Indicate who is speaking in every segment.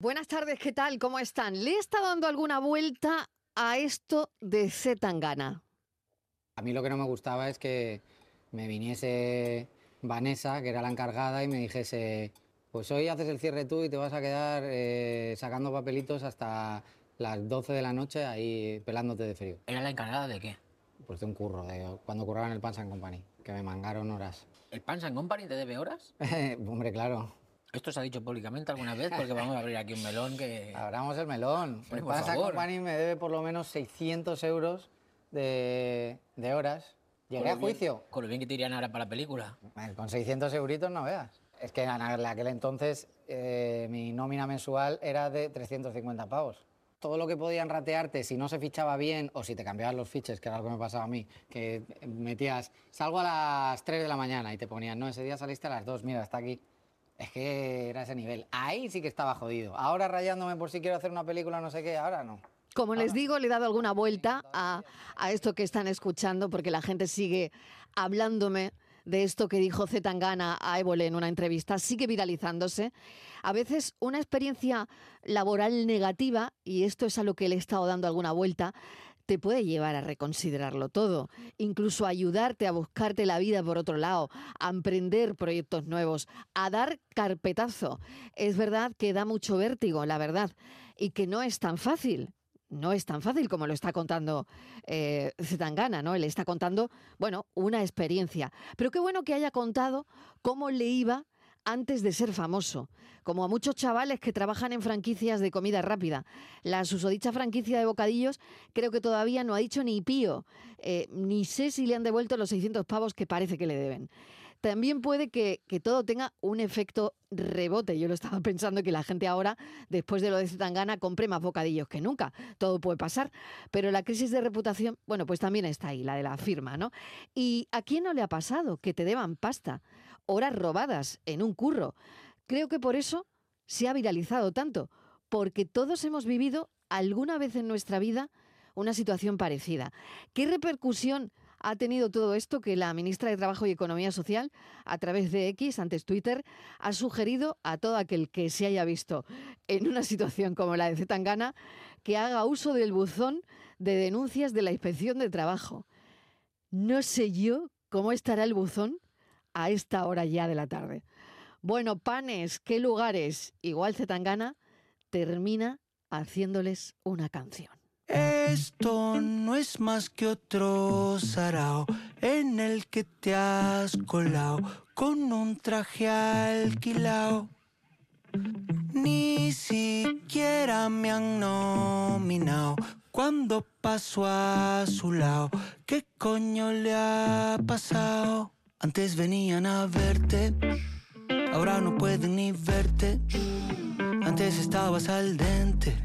Speaker 1: Buenas tardes, ¿qué tal? ¿Cómo están? ¿Le está dando alguna vuelta a esto de Zetangana?
Speaker 2: A mí lo que no me gustaba es que me viniese Vanessa, que era la encargada, y me dijese, pues hoy haces el cierre tú y te vas a quedar eh, sacando papelitos hasta las 12 de la noche ahí pelándote de frío.
Speaker 3: ¿Era la encargada de qué?
Speaker 2: Pues de un curro, de cuando curraba en el Pans and Company, que me mangaron horas.
Speaker 3: ¿El Pans and Company te debe horas?
Speaker 2: Hombre, claro.
Speaker 3: Esto se ha dicho públicamente alguna vez porque vamos a abrir aquí un melón que...
Speaker 2: Abramos el melón.
Speaker 3: Hombre,
Speaker 2: el
Speaker 3: por
Speaker 2: Pans and
Speaker 3: favor.
Speaker 2: Company me debe por lo menos 600 euros de, de horas. Llegué
Speaker 3: Con
Speaker 2: a
Speaker 3: lo bien-
Speaker 2: juicio.
Speaker 3: Con lo bien que te irían ahora para la película.
Speaker 2: Bueno, Con 600 euritos no veas. Es que en aquel entonces eh, mi nómina mensual era de 350 pavos. Todo lo que podían ratearte si no se fichaba bien o si te cambiaban los fiches, que era lo que me pasaba a mí, que metías, salgo a las 3 de la mañana y te ponían, no, ese día saliste a las 2, mira, está aquí. Es que era ese nivel. Ahí sí que estaba jodido. Ahora rayándome por si quiero hacer una película, no sé qué, ahora no.
Speaker 1: Como les digo, le he dado alguna vuelta a, a esto que están escuchando porque la gente sigue hablándome de esto que dijo Zetangana a Évole en una entrevista, sigue viralizándose. A veces una experiencia laboral negativa, y esto es a lo que le he estado dando alguna vuelta, te puede llevar a reconsiderarlo todo, incluso a ayudarte a buscarte la vida por otro lado, a emprender proyectos nuevos, a dar carpetazo. Es verdad que da mucho vértigo, la verdad, y que no es tan fácil. No es tan fácil como lo está contando eh, Zetangana, ¿no? Él está contando, bueno, una experiencia. Pero qué bueno que haya contado cómo le iba antes de ser famoso, como a muchos chavales que trabajan en franquicias de comida rápida. La susodicha franquicia de bocadillos creo que todavía no ha dicho ni pío, eh, ni sé si le han devuelto los 600 pavos que parece que le deben. También puede que, que todo tenga un efecto rebote. Yo lo estaba pensando que la gente ahora, después de lo de Zetangana, compre más bocadillos que nunca. Todo puede pasar. Pero la crisis de reputación, bueno, pues también está ahí, la de la firma, ¿no? ¿Y a quién no le ha pasado que te deban pasta? Horas robadas en un curro. Creo que por eso se ha viralizado tanto, porque todos hemos vivido alguna vez en nuestra vida una situación parecida. ¿Qué repercusión ha tenido todo esto que la ministra de Trabajo y Economía Social, a través de X, antes Twitter, ha sugerido a todo aquel que se haya visto en una situación como la de Zetangana que haga uso del buzón de denuncias de la Inspección de Trabajo? No sé yo cómo estará el buzón a esta hora ya de la tarde. Bueno, panes, qué lugares. Igual Zetangana termina haciéndoles una canción.
Speaker 4: Esto no es más que otro sarao en el que te has colado con un traje alquilao. Ni siquiera me han nominado cuando paso a su lado. ¿Qué coño le ha pasado? Antes venían a verte, ahora no pueden ni verte. Antes estabas al dente,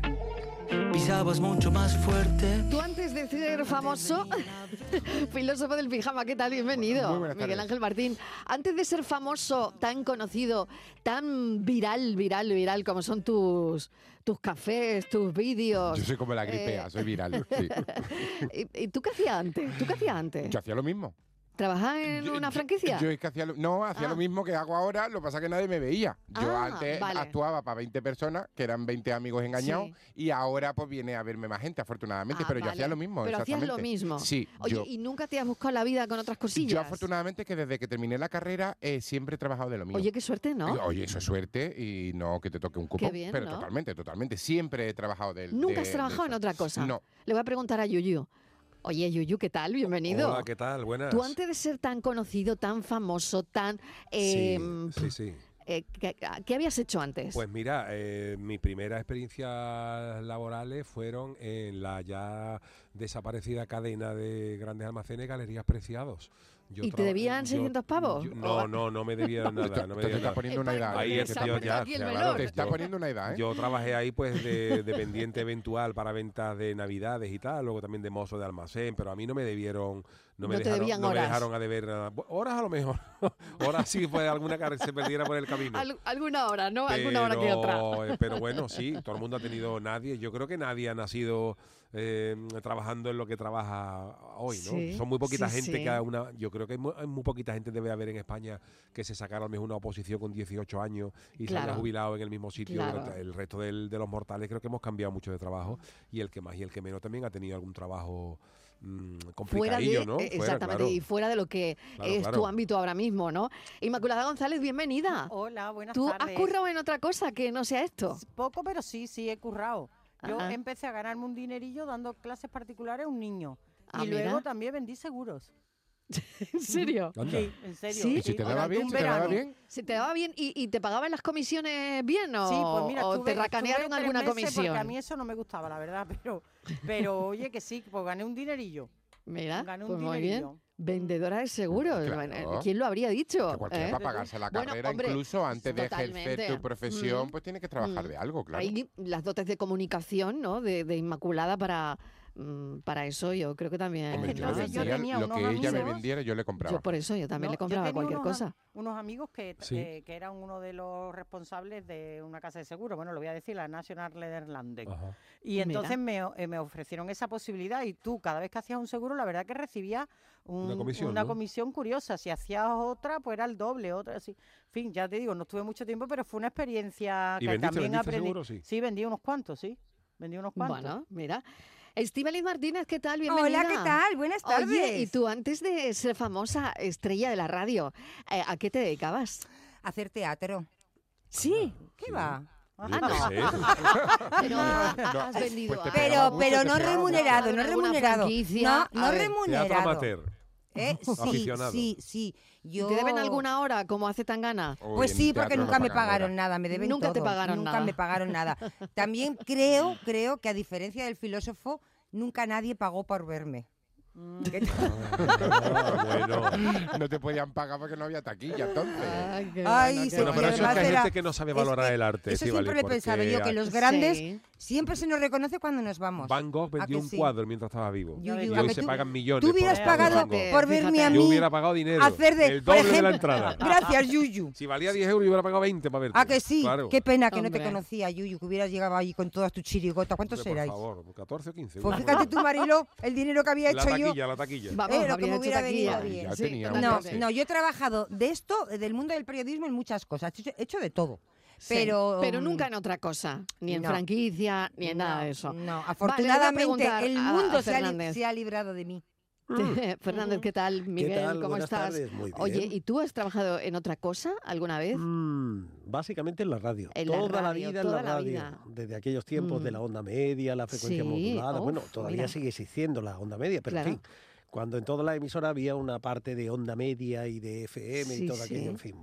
Speaker 4: pisabas mucho más fuerte.
Speaker 1: Tú antes de ser famoso, filósofo del pijama, ¿qué tal? Bienvenido,
Speaker 5: Muy buenas
Speaker 1: Miguel
Speaker 5: tardes.
Speaker 1: Ángel Martín. Antes de ser famoso, tan conocido, tan viral, viral, viral, como son tus, tus cafés, tus vídeos.
Speaker 5: Yo soy como la gripea,
Speaker 1: eh,
Speaker 5: soy viral. sí.
Speaker 1: ¿Y, y tú qué hacías antes? ¿Tú qué hacías antes?
Speaker 5: Yo hacía lo mismo.
Speaker 1: ¿Trabajabas en
Speaker 5: Yo-
Speaker 1: una
Speaker 5: yo-
Speaker 1: franquicia?
Speaker 5: Yo es que hacía lo- no, hacía
Speaker 1: Ah.
Speaker 5: lo mismo que hago ahora, lo que pasa es que nadie me veía. Yo
Speaker 1: Ah,
Speaker 5: antes
Speaker 1: vale.
Speaker 5: actuaba para 20 personas, que eran 20 amigos engañados, y ahora pues viene a verme más gente, afortunadamente,
Speaker 1: Ah,
Speaker 5: pero yo
Speaker 1: vale.
Speaker 5: hacía lo mismo.
Speaker 1: Pero hacías lo
Speaker 5: exactamente.
Speaker 1: mismo.
Speaker 5: Sí,
Speaker 1: Oye,
Speaker 5: yo,
Speaker 1: ¿y nunca te has buscado la vida con otras cosillas?
Speaker 5: yo afortunadamente que desde que terminé la carrera eh, siempre he trabajado de lo mismo.
Speaker 1: Oye, qué suerte, ¿no?
Speaker 5: Oye, eso es suerte y no que te toque un cupón.
Speaker 1: bien,
Speaker 5: pero
Speaker 1: ¿no?
Speaker 5: totalmente, totalmente. Siempre he trabajado del.
Speaker 1: ¿Nunca
Speaker 5: de-
Speaker 1: has trabajado
Speaker 5: de
Speaker 1: en
Speaker 5: eso.
Speaker 1: otra cosa?
Speaker 5: No.
Speaker 1: Le voy a preguntar a Yuyu. Oye, Yuyu, ¿qué tal? Bienvenido.
Speaker 6: Hola, ¿qué tal? Buenas.
Speaker 1: Tú antes de ser tan conocido, tan famoso, tan... eh,
Speaker 5: em,
Speaker 6: sí, sí, sí.
Speaker 1: eh, ¿qué, qué habías hecho antes?
Speaker 6: Pues mira, eh, mis primeras experiencias laborales fueron en la ya desaparecida cadena de grandes almacenes Galerías Preciados. Yo
Speaker 1: ¿Y te
Speaker 6: traba-
Speaker 1: debían
Speaker 6: yo-
Speaker 1: 600 pavos?
Speaker 6: yo- no, no, no me debían nada. No me
Speaker 5: Te
Speaker 6: debían
Speaker 5: está
Speaker 6: nada.
Speaker 5: poniendo una
Speaker 1: Eh,
Speaker 5: edad.
Speaker 1: porque
Speaker 6: Ahí
Speaker 5: ¿eh?
Speaker 6: es
Speaker 1: se
Speaker 6: que
Speaker 1: ha
Speaker 6: yo
Speaker 1: puesto
Speaker 6: ya,
Speaker 1: aquí el
Speaker 6: claro,
Speaker 1: melón.
Speaker 5: Te está
Speaker 6: yo-
Speaker 5: poniendo una edad, ¿eh?
Speaker 6: Yo trabajé ahí pues de dependiente eventual para ventas de navidades y tal, luego también de mozo de almacén, pero a mí no me debieron, no me,
Speaker 1: No te
Speaker 6: dejaron,
Speaker 1: debían
Speaker 6: no me
Speaker 1: horas.
Speaker 6: dejaron a deber nada. Bu- Horas a lo mejor, horas sí fue alguna que se perdiera por el camino.
Speaker 1: Al- alguna hora, ¿no? Alguna hora que otra.
Speaker 6: Pero- eh, Pero bueno, sí, todo el mundo ha tenido nadie. Yo creo que nadie ha nacido eh, trabajando en lo que trabaja hoy, ¿no?
Speaker 1: Sí,
Speaker 6: Son muy poquita
Speaker 1: sí,
Speaker 6: gente
Speaker 1: sí.
Speaker 6: que ha una. Yo creo creo que hay muy, hay muy poquita gente debe haber en España que se sacara a lo mejor una oposición con 18 años y se haya
Speaker 1: Claro.
Speaker 6: jubilado en el mismo sitio.
Speaker 1: Claro.
Speaker 6: durante- El resto del- de los mortales creo que hemos cambiado mucho de trabajo y el que más y el que menos también ha tenido algún trabajo mm,
Speaker 1: Fuera
Speaker 6: complicadillo,
Speaker 1: de,
Speaker 6: ¿no?
Speaker 1: eh, exactamente,
Speaker 6: claro.
Speaker 1: y fuera de lo que
Speaker 6: Claro,
Speaker 1: es
Speaker 6: claro.
Speaker 1: tu ámbito ahora mismo, ¿no? Inmaculada González, bienvenida.
Speaker 7: Hola, buenas
Speaker 1: Ah. ¿Tú has
Speaker 7: tardes.
Speaker 1: currado en otra cosa que no sea esto?
Speaker 7: Poco, pero sí, sí, he currado. Yo
Speaker 1: Ajá.
Speaker 7: empecé a ganarme un dinerillo dando clases particulares a un niño.
Speaker 1: Ah,
Speaker 7: y luego
Speaker 1: mira.
Speaker 7: también vendí seguros.
Speaker 1: ¿En serio?
Speaker 6: Anda.
Speaker 7: Sí, en serio.
Speaker 1: ¿Sí?
Speaker 5: ¿Y si te daba
Speaker 7: Durante
Speaker 5: bien?
Speaker 7: un
Speaker 5: ¿Si te daba
Speaker 7: verano.
Speaker 5: bien?
Speaker 1: ¿Se te daba bien y, y te pagaban las comisiones bien o,
Speaker 7: Sí, pues mira,
Speaker 1: o
Speaker 7: estuve-
Speaker 1: te racanearon
Speaker 7: estuve tres
Speaker 1: alguna
Speaker 7: meses Porque a
Speaker 1: comisión?
Speaker 7: mí eso no me gustaba, la verdad, pero, pero oye que sí, pues gané un dinerillo.
Speaker 1: Mira,
Speaker 7: gané un
Speaker 1: pues muy bien.
Speaker 7: dinerillo.
Speaker 1: Vendedora de seguros,
Speaker 5: Claro.
Speaker 1: bueno, ¿quién lo habría dicho?
Speaker 5: Que cualquiera
Speaker 1: eh?
Speaker 5: para pagarse la
Speaker 1: Bueno,
Speaker 5: carrera,
Speaker 1: hombre,
Speaker 5: incluso antes de
Speaker 1: totalmente.
Speaker 5: ejercer tu profesión,
Speaker 1: Mm.
Speaker 5: pues tienes que trabajar
Speaker 1: Mm.
Speaker 5: de algo, claro.
Speaker 1: Hay las dotes de comunicación, ¿no? De, de Inmaculada para, mm, para eso, yo creo que también.
Speaker 5: Hombre, yo,
Speaker 1: ¿no?
Speaker 5: le
Speaker 7: Entonces, yo
Speaker 5: vendía
Speaker 7: tenía
Speaker 5: lo
Speaker 7: unos
Speaker 5: que ella me
Speaker 7: amigos-
Speaker 5: vendiera, yo le compraba.
Speaker 1: Yo por eso, yo también
Speaker 7: No,
Speaker 1: le
Speaker 7: yo
Speaker 1: compraba
Speaker 7: tenía
Speaker 1: cualquier
Speaker 7: unos am-
Speaker 1: cosa.
Speaker 7: Unos amigos que,
Speaker 6: Sí.
Speaker 7: eh, que eran uno de los responsables de una casa de seguros, bueno, lo voy a decir, la National Nederlanden.
Speaker 6: Ajá.
Speaker 7: Y entonces me, o- eh, me ofrecieron esa posibilidad y tú cada vez que hacías un seguro la verdad que recibías un- una, comisión,
Speaker 6: comisión, ¿no?
Speaker 7: curiosa. Si hacías otra pues era el doble, otra así. En fin, ya te digo, no estuve mucho tiempo, pero fue una experiencia
Speaker 6: ¿Y
Speaker 7: que
Speaker 6: vendiste-
Speaker 7: también
Speaker 6: vendiste
Speaker 7: aprendí.
Speaker 6: seguro, sí?
Speaker 7: vendí unos cuantos, sí. Vendí unos cuantos.
Speaker 1: Bueno, mira. Estíbaliz Martínez, ¿qué tal? Bienvenida.
Speaker 8: Hola, ¿qué tal? Buenas tardes.
Speaker 1: Oye, y tú antes de ser famosa estrella de la radio, eh, ¿a qué te dedicabas?
Speaker 8: Hacer teatro.
Speaker 1: Sí,
Speaker 8: ¿Qué va? Ah,
Speaker 1: no.
Speaker 6: Oye, puede ser.
Speaker 1: pero ha- ha-
Speaker 5: No,
Speaker 1: has
Speaker 5: pues
Speaker 1: vendido
Speaker 5: te
Speaker 1: algo.
Speaker 5: pegaba
Speaker 8: Pero,
Speaker 5: mucho,
Speaker 8: pero
Speaker 5: te
Speaker 8: no
Speaker 5: pegaba mucho.
Speaker 8: remunerado, no
Speaker 1: ¿Alguna
Speaker 8: remunerado.
Speaker 1: franquicia?
Speaker 8: No,
Speaker 1: A
Speaker 8: no
Speaker 1: ver.
Speaker 6: Teatro
Speaker 8: remunerado.
Speaker 6: amateur.
Speaker 8: Eh, Sí,
Speaker 6: Aficionado.
Speaker 8: sí, sí. Yo...
Speaker 1: ¿Te deben alguna hora como hace Tangana?
Speaker 5: Uy,
Speaker 8: Pues
Speaker 5: en
Speaker 8: sí, porque
Speaker 5: teatro no
Speaker 8: nunca me
Speaker 5: pagan
Speaker 8: pagaron
Speaker 5: ahora.
Speaker 8: nada, me deben
Speaker 1: Nunca te
Speaker 8: todo,
Speaker 1: pagaron
Speaker 8: nunca
Speaker 1: nada.
Speaker 8: me pagaron nada. También creo, creo que a diferencia del filósofo, nunca nadie pagó por verme.
Speaker 1: Mm.
Speaker 6: Ah, bueno.
Speaker 5: No te podían pagar porque no había taquilla, entonces.
Speaker 8: Ay,
Speaker 1: qué
Speaker 8: sí,
Speaker 6: Bueno, pero
Speaker 8: y
Speaker 6: eso es que
Speaker 8: además
Speaker 6: hay
Speaker 8: era-
Speaker 6: gente que no sabe
Speaker 8: es
Speaker 6: valorar
Speaker 8: que
Speaker 6: el arte.
Speaker 8: Eso
Speaker 6: Estíbaliz,
Speaker 8: siempre lo he
Speaker 6: porque
Speaker 8: pensado yo, que
Speaker 6: a-
Speaker 8: los grandes
Speaker 1: Sí.
Speaker 8: siempre se nos reconoce cuando nos vamos.
Speaker 6: Van Gogh
Speaker 8: ¿A
Speaker 6: vendió
Speaker 8: que
Speaker 6: un
Speaker 8: sí?
Speaker 6: cuadro mientras estaba vivo.
Speaker 8: Yo
Speaker 6: y
Speaker 8: digo,
Speaker 6: hoy
Speaker 8: que
Speaker 6: se
Speaker 8: tú-
Speaker 6: pagan millones.
Speaker 8: Tú hubieras
Speaker 6: por-
Speaker 1: Van
Speaker 8: pagado
Speaker 6: Van Gogh.
Speaker 1: Fíjate,
Speaker 8: por verme a
Speaker 1: fíjate.
Speaker 8: mí.
Speaker 6: Yo hubiera pagado dinero.
Speaker 8: Hacer de,
Speaker 6: el
Speaker 8: por
Speaker 6: doble de la
Speaker 8: ejemplo-
Speaker 6: entrada.
Speaker 8: Gracias, Yuyu.
Speaker 6: Si valía 10 euros, yo hubiera pagado 20 para verte.
Speaker 8: ¿A Ah, que sí?
Speaker 6: Claro.
Speaker 8: Qué pena que no
Speaker 1: Hombre.
Speaker 8: te conocía, Yuyu, que hubieras llegado ahí con todas tus chirigotas. ¿Cuántos
Speaker 6: Hombre,
Speaker 8: erais?
Speaker 6: Por favor, 14 o 15.
Speaker 8: Pues
Speaker 6: una
Speaker 8: fíjate
Speaker 6: cosa.
Speaker 8: tú, Marilo, el dinero que había
Speaker 6: La
Speaker 8: hecho yo.
Speaker 6: taquilla, la taquilla.
Speaker 1: Vamos,
Speaker 8: Eh, lo que
Speaker 1: habrías
Speaker 8: me
Speaker 1: hecho
Speaker 8: hubiera venido
Speaker 1: taquilla.
Speaker 8: bien.
Speaker 5: Ya tenía un
Speaker 8: No,
Speaker 5: Sí.
Speaker 8: no, yo he trabajado de esto, eh, del mundo del periodismo, en muchas cosas. He hecho, he hecho de todo. Pero,
Speaker 1: pero
Speaker 8: mm,
Speaker 1: nunca en otra cosa, ni en
Speaker 8: no.
Speaker 1: franquicia, ni en nada
Speaker 8: no,
Speaker 1: de eso.
Speaker 8: No,
Speaker 1: Vale, le voy a
Speaker 8: afortunadamente
Speaker 1: preguntar
Speaker 8: el
Speaker 1: a- a
Speaker 8: mundo se, ha li-
Speaker 1: Fernández.
Speaker 8: se ha librado de mí.
Speaker 1: Fernández, ¿qué tal? Miguel,
Speaker 9: ¿Qué tal?
Speaker 1: ¿cómo
Speaker 9: Buenas
Speaker 1: estás?
Speaker 9: tardes. Muy bien.
Speaker 1: Oye, ¿y tú has trabajado en otra cosa alguna vez?
Speaker 9: Mm, básicamente en la radio.
Speaker 1: En la
Speaker 9: toda la,
Speaker 1: radio,
Speaker 9: vida
Speaker 1: toda
Speaker 9: en
Speaker 1: la
Speaker 9: la radio.
Speaker 1: vida.
Speaker 9: Desde aquellos tiempos de
Speaker 1: Mm.
Speaker 9: la onda media, la frecuencia
Speaker 1: Sí,
Speaker 9: modulada. bueno,
Speaker 1: uf,
Speaker 9: todavía
Speaker 1: mira.
Speaker 9: sigue existiendo la onda media, pero
Speaker 1: Claro.
Speaker 9: en fin. Cuando en toda la emisora había una parte de onda media y de FM
Speaker 1: Sí,
Speaker 9: y todo
Speaker 1: sí.
Speaker 9: aquello, en fin.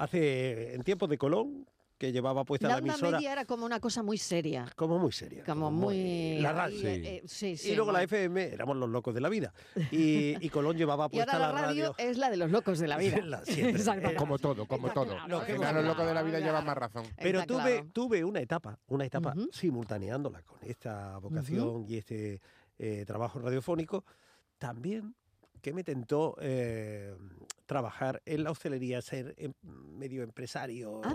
Speaker 9: Hace, en tiempos de Colón, que llevaba puesta
Speaker 1: la
Speaker 9: la,
Speaker 1: onda
Speaker 9: emisora
Speaker 1: media era como una cosa muy seria,
Speaker 9: como muy seria.
Speaker 1: como muy...
Speaker 9: La radio.
Speaker 1: ahí,
Speaker 6: Sí.
Speaker 1: eh, sí, sí,
Speaker 9: y luego la
Speaker 1: muy-
Speaker 9: FM, éramos los locos de la vida. Y, y Colón llevaba
Speaker 1: Y ahora
Speaker 9: puesta
Speaker 1: la radio es la de los locos de la vida.
Speaker 9: La- siempre.
Speaker 1: Exactamente.
Speaker 5: Eh, Como todo, como
Speaker 1: Está
Speaker 5: todo.
Speaker 1: claro,
Speaker 5: Los
Speaker 1: está
Speaker 5: enanos locos de la
Speaker 1: claro,
Speaker 5: vida llevan
Speaker 1: claro.
Speaker 5: más razón.
Speaker 9: Pero
Speaker 1: Está
Speaker 9: tuve,
Speaker 1: claro.
Speaker 9: tuve una etapa, una etapa
Speaker 1: Ujú.
Speaker 9: simultaneándola con esta vocación y este eh, trabajo radiofónico, también que me tentó eh, trabajar en la hostelería, ser em- medio empresario.
Speaker 1: Ah,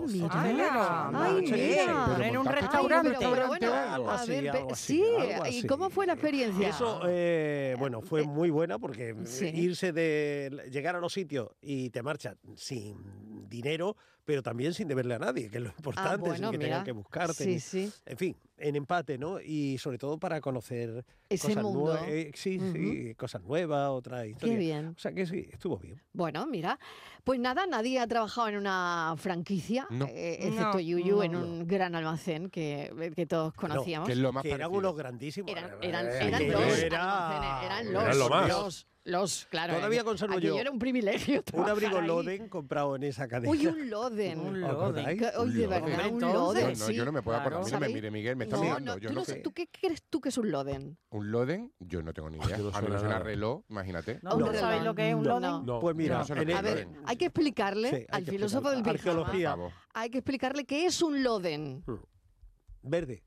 Speaker 1: mira.
Speaker 9: hostelero, sí,
Speaker 1: Ay,
Speaker 9: sí, sí,
Speaker 1: mira.
Speaker 9: pero
Speaker 7: Poner
Speaker 9: montar
Speaker 7: un
Speaker 9: tu
Speaker 7: restaurante.
Speaker 1: Ay, pero- pero bueno,
Speaker 9: algo
Speaker 1: a
Speaker 9: así,
Speaker 1: ver,
Speaker 9: algo
Speaker 1: pe-
Speaker 9: así, algo
Speaker 1: sí, ¿y
Speaker 9: así.
Speaker 1: cómo fue la experiencia?
Speaker 9: Eso, eh, bueno, fue muy buena porque eh,
Speaker 1: Sí.
Speaker 9: irse de llegar a los sitios y te marchas sin dinero, pero también sin deberle a nadie, que es lo importante,
Speaker 1: Ah, bueno,
Speaker 9: sin que
Speaker 1: mira.
Speaker 9: tengan que buscarte.
Speaker 1: sí,
Speaker 9: ni-
Speaker 1: sí.
Speaker 9: En fin, en empate, ¿no? Y sobre todo para conocer
Speaker 1: Ese
Speaker 9: cosas
Speaker 1: mundo.
Speaker 9: nuevas. sí, sí, cosas nuevas, otra historia.
Speaker 1: Qué bien.
Speaker 9: O sea que sí, estuvo bien.
Speaker 1: Bueno, mira, pues nada, nadie ha trabajado en una franquicia,
Speaker 5: No.
Speaker 1: eh, excepto
Speaker 8: No,
Speaker 1: Yuyu,
Speaker 8: no.
Speaker 1: en un gran almacén que, que todos conocíamos.
Speaker 5: Que es lo más
Speaker 9: Que eran
Speaker 5: parecido.
Speaker 9: unos grandísimos.
Speaker 1: Eran, eran,
Speaker 9: Eh,
Speaker 1: eran
Speaker 9: aquello
Speaker 1: los
Speaker 9: era-
Speaker 1: almacenes, eran los,
Speaker 6: Eran lo más.
Speaker 1: los, los, claro.
Speaker 9: Todavía
Speaker 1: aqu-
Speaker 9: conservo
Speaker 1: aquello
Speaker 9: yo
Speaker 1: era un privilegio
Speaker 9: Un
Speaker 1: trabajar
Speaker 9: abrigo
Speaker 1: ahí.
Speaker 9: Loden comprado en esa cadena.
Speaker 1: Uy, un Loden.
Speaker 7: Un
Speaker 9: ¿Os
Speaker 7: Loden.
Speaker 9: acordáis?
Speaker 1: Que- Uy, de
Speaker 5: Loden.
Speaker 1: verdad, un
Speaker 7: Entonces,
Speaker 5: Yo,
Speaker 1: Loden.
Speaker 5: no,
Speaker 7: sí,
Speaker 5: yo no me puedo acordar. A
Speaker 7: claro.
Speaker 5: mí no me
Speaker 1: ¿Sabéis?
Speaker 5: mire, Miguel, me está
Speaker 1: No,
Speaker 5: mirando.
Speaker 1: no,
Speaker 5: yo
Speaker 1: tú,
Speaker 5: no
Speaker 1: no
Speaker 5: sé.
Speaker 1: sé- ¿tú qué crees tú que es un Loden?
Speaker 5: Un Loden, yo no tengo ni idea.
Speaker 6: Yo no
Speaker 5: a mí
Speaker 6: suena
Speaker 5: me suena
Speaker 6: nada.
Speaker 5: reloj, imagínate.
Speaker 7: ¿No,
Speaker 9: No.
Speaker 7: ¿No sabéis lo que es un
Speaker 1: No.
Speaker 7: loading?
Speaker 1: No.
Speaker 9: Pues
Speaker 5: No,
Speaker 9: mira,
Speaker 5: eso no
Speaker 9: en
Speaker 5: es
Speaker 9: el-
Speaker 1: A ver,
Speaker 5: Loden.
Speaker 1: hay que explicarle
Speaker 9: Sí, hay
Speaker 1: al
Speaker 9: que
Speaker 1: filósofo del
Speaker 9: explicarlo.
Speaker 1: pijama,
Speaker 9: Arqueología.
Speaker 5: Por favor.
Speaker 1: hay que explicarle qué es un Loden.
Speaker 9: verde.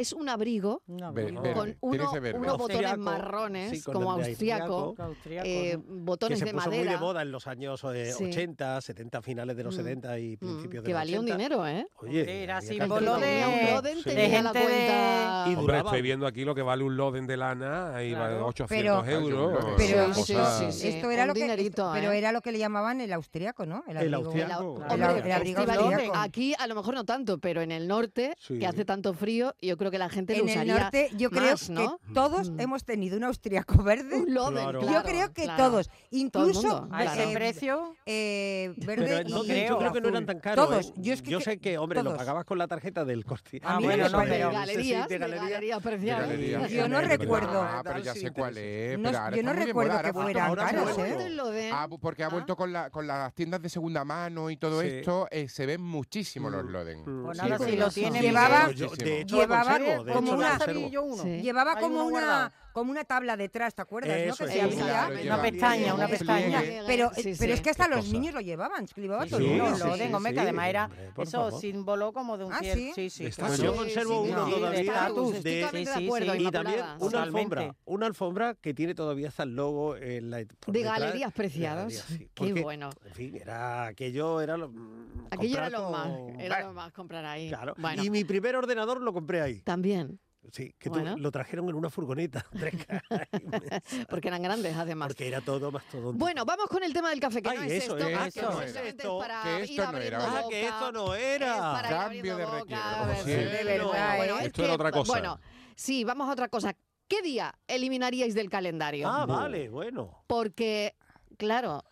Speaker 1: es un abrigo
Speaker 5: Ver- verde,
Speaker 1: con
Speaker 5: tiene
Speaker 1: uno,
Speaker 5: ese verde.
Speaker 1: unos botones
Speaker 9: Austriaco,
Speaker 1: marrones,
Speaker 9: sí, con
Speaker 1: como
Speaker 9: el de
Speaker 1: austriaco,
Speaker 9: austriaco,
Speaker 7: Austriaco,
Speaker 1: eh,
Speaker 7: ¿no?
Speaker 9: que
Speaker 1: botones
Speaker 9: se
Speaker 1: de
Speaker 9: puso muy
Speaker 1: madera.
Speaker 9: de moda en los años eh,
Speaker 1: Sí.
Speaker 9: 80, 70, finales de los
Speaker 1: Mm.
Speaker 9: 70 y
Speaker 1: mm,
Speaker 9: principios de
Speaker 1: que
Speaker 9: los
Speaker 1: valía un
Speaker 9: 80.
Speaker 1: dinero, ¿eh?
Speaker 9: Oye,
Speaker 7: Era
Speaker 9: había
Speaker 7: símbolo
Speaker 9: cantidad
Speaker 7: de-
Speaker 1: Tenía un
Speaker 9: dinero.
Speaker 1: Roden,
Speaker 9: Sí.
Speaker 1: tenía la
Speaker 7: gente de-
Speaker 1: cuenta...
Speaker 9: Y
Speaker 6: Hombre,
Speaker 9: duraba.
Speaker 6: estoy viendo aquí lo que vale un loden de lana, ahí va
Speaker 7: Claro.
Speaker 6: 800
Speaker 8: Pero-
Speaker 6: euros.
Speaker 8: Pero
Speaker 5: Una
Speaker 1: Sí, sí,
Speaker 5: cosa-
Speaker 1: sí, sí.
Speaker 8: esto era
Speaker 1: un
Speaker 8: lo que,
Speaker 1: dinerito,
Speaker 8: esto- pero
Speaker 1: ¿eh?
Speaker 8: era lo que le llamaban el austriaco, ¿no?
Speaker 9: El
Speaker 8: abrigo.
Speaker 9: austriaco.
Speaker 1: Hombre,
Speaker 8: El abri- el abrigo
Speaker 1: Estivali,
Speaker 8: austriaco.
Speaker 1: aquí a lo mejor no tanto, pero en el norte,
Speaker 6: Sí.
Speaker 1: que hace tanto frío, yo creo que la gente lo
Speaker 8: En el
Speaker 1: usaría
Speaker 8: norte, yo creo
Speaker 1: más, ¿no?
Speaker 8: que todos
Speaker 1: Mm.
Speaker 8: hemos tenido un austriaco verde.
Speaker 1: Un loden,
Speaker 9: Claro.
Speaker 1: claro,
Speaker 8: yo creo que
Speaker 1: claro.
Speaker 8: todos, incluso
Speaker 1: mundo,
Speaker 7: A ese
Speaker 1: Claro.
Speaker 8: eh,
Speaker 7: precio,
Speaker 8: eh, verde
Speaker 9: Pero
Speaker 8: y
Speaker 9: no,
Speaker 7: creo,
Speaker 9: yo creo que no
Speaker 8: azul.
Speaker 9: eran tan caros.
Speaker 8: Todos.
Speaker 9: ¿eh?
Speaker 8: Yo, es que,
Speaker 9: sé que, hombre, lo
Speaker 8: todos.
Speaker 9: pagabas con la tarjeta del corte.
Speaker 7: Ah, bueno, no,
Speaker 1: De
Speaker 7: pero-
Speaker 1: galerías,
Speaker 9: de
Speaker 1: de
Speaker 9: galería.
Speaker 1: galerías
Speaker 5: de
Speaker 1: preciadas.
Speaker 5: galería.
Speaker 8: Yo no
Speaker 5: Ah,
Speaker 8: recuerdo.
Speaker 5: pero ya sé cuál es.
Speaker 8: No,
Speaker 5: pero ahora
Speaker 8: yo
Speaker 5: está
Speaker 8: no
Speaker 5: muy de
Speaker 8: recuerdo
Speaker 5: moda,
Speaker 8: que
Speaker 5: ahora-
Speaker 8: fueran
Speaker 5: ahora
Speaker 8: caros,
Speaker 5: vuelve.
Speaker 8: ¿eh?
Speaker 1: Del loden.
Speaker 5: Ah, porque ha
Speaker 1: Ah.
Speaker 5: vuelto con, la, con las tiendas de segunda mano y todo
Speaker 6: Sí.
Speaker 5: esto, eh, se ven muchísimo los loden.
Speaker 8: mm,
Speaker 7: pues
Speaker 1: Sí,
Speaker 7: nada, si lo
Speaker 1: curioso.
Speaker 7: tiene
Speaker 8: Llevaba-
Speaker 9: Yo-
Speaker 5: Muchísimo.
Speaker 9: de hecho, la
Speaker 8: Llevaba
Speaker 9: conservo, de
Speaker 8: como
Speaker 9: hecho, la
Speaker 8: una-
Speaker 9: conservo.
Speaker 7: uno.
Speaker 1: Sí.
Speaker 8: Llevaba
Speaker 7: Hay
Speaker 8: como
Speaker 7: uno
Speaker 8: una,
Speaker 7: guardado.
Speaker 8: como una tabla detrás, ¿te acuerdas? no?
Speaker 9: Eso
Speaker 8: Que
Speaker 9: es,
Speaker 8: se
Speaker 9: sí,
Speaker 8: abría.
Speaker 5: claro,
Speaker 8: Pero-
Speaker 5: lleva
Speaker 7: Una pestaña, una
Speaker 5: pliegue.
Speaker 7: pestaña.
Speaker 8: Pero,
Speaker 1: Sí,
Speaker 8: pero
Speaker 1: sí.
Speaker 8: es que hasta
Speaker 5: Qué
Speaker 8: los
Speaker 5: cosa.
Speaker 8: niños lo llevaban, se lo llevaba
Speaker 9: Sí,
Speaker 8: todo
Speaker 9: sí,
Speaker 8: el
Speaker 7: No,
Speaker 8: mundo.
Speaker 7: lo
Speaker 9: sí,
Speaker 7: tengo, hombre, que
Speaker 9: sí,
Speaker 7: además era
Speaker 9: hombre, por
Speaker 7: eso
Speaker 9: favor.
Speaker 7: símbolo como de un
Speaker 8: Ah,
Speaker 7: cier-
Speaker 8: ¿sí?
Speaker 7: Sí, sí.
Speaker 6: Está
Speaker 9: Pues
Speaker 6: Sí,
Speaker 9: yo
Speaker 6: sí,
Speaker 9: conservo
Speaker 7: sí,
Speaker 9: uno
Speaker 7: sí, de
Speaker 9: todavía.
Speaker 7: estatus,
Speaker 9: de-
Speaker 7: de-
Speaker 1: Totalmente
Speaker 7: sí,
Speaker 1: de acuerdo,
Speaker 7: sí.
Speaker 9: y también
Speaker 1: Inmaculada,
Speaker 9: una
Speaker 7: totalmente.
Speaker 9: alfombra, una alfombra que tiene todavía hasta el logo en la, por
Speaker 1: De
Speaker 9: detrás,
Speaker 1: galerías preciadas. Qué
Speaker 9: porque,
Speaker 1: bueno.
Speaker 9: En fin, era aquello era lo mm,
Speaker 1: Aquello era
Speaker 9: comprar
Speaker 1: lo más,
Speaker 9: con-
Speaker 1: era
Speaker 9: Bah,
Speaker 1: lo más comprar ahí.
Speaker 9: claro.
Speaker 1: Bueno,
Speaker 9: Y mi primer ordenador lo compré ahí.
Speaker 1: también,
Speaker 9: Sí, que tú-
Speaker 1: Bueno.
Speaker 9: lo trajeron en una furgoneta. tres cajas inmensas,
Speaker 1: porque eran grandes además.
Speaker 9: porque era todo más todo.
Speaker 1: Bueno, vamos con el tema del café, que
Speaker 9: Ay,
Speaker 1: no es
Speaker 9: eso,
Speaker 1: esto,
Speaker 9: eh,
Speaker 1: ah,
Speaker 9: eso,
Speaker 1: que
Speaker 9: no
Speaker 1: simplemente
Speaker 9: era.
Speaker 1: es
Speaker 9: Esto-
Speaker 1: para
Speaker 5: que
Speaker 1: ir
Speaker 5: esto no
Speaker 1: abriendo
Speaker 5: era.
Speaker 9: ah, que
Speaker 1: boca.
Speaker 9: esto no
Speaker 1: Es para ir
Speaker 9: era.
Speaker 5: Cambio
Speaker 1: abriendo
Speaker 5: de
Speaker 1: boca,
Speaker 5: requiebro,
Speaker 1: a
Speaker 5: como
Speaker 1: ver,
Speaker 5: siempre.
Speaker 1: de verdad,
Speaker 8: No,
Speaker 1: bueno, es
Speaker 6: esto era
Speaker 1: que,
Speaker 6: otra cosa.
Speaker 1: Bueno,
Speaker 9: Ah,
Speaker 1: sí, vamos a otra cosa. ¿Qué día eliminaríais del calendario?
Speaker 9: Ah, vale, bueno.
Speaker 1: Porque, claro,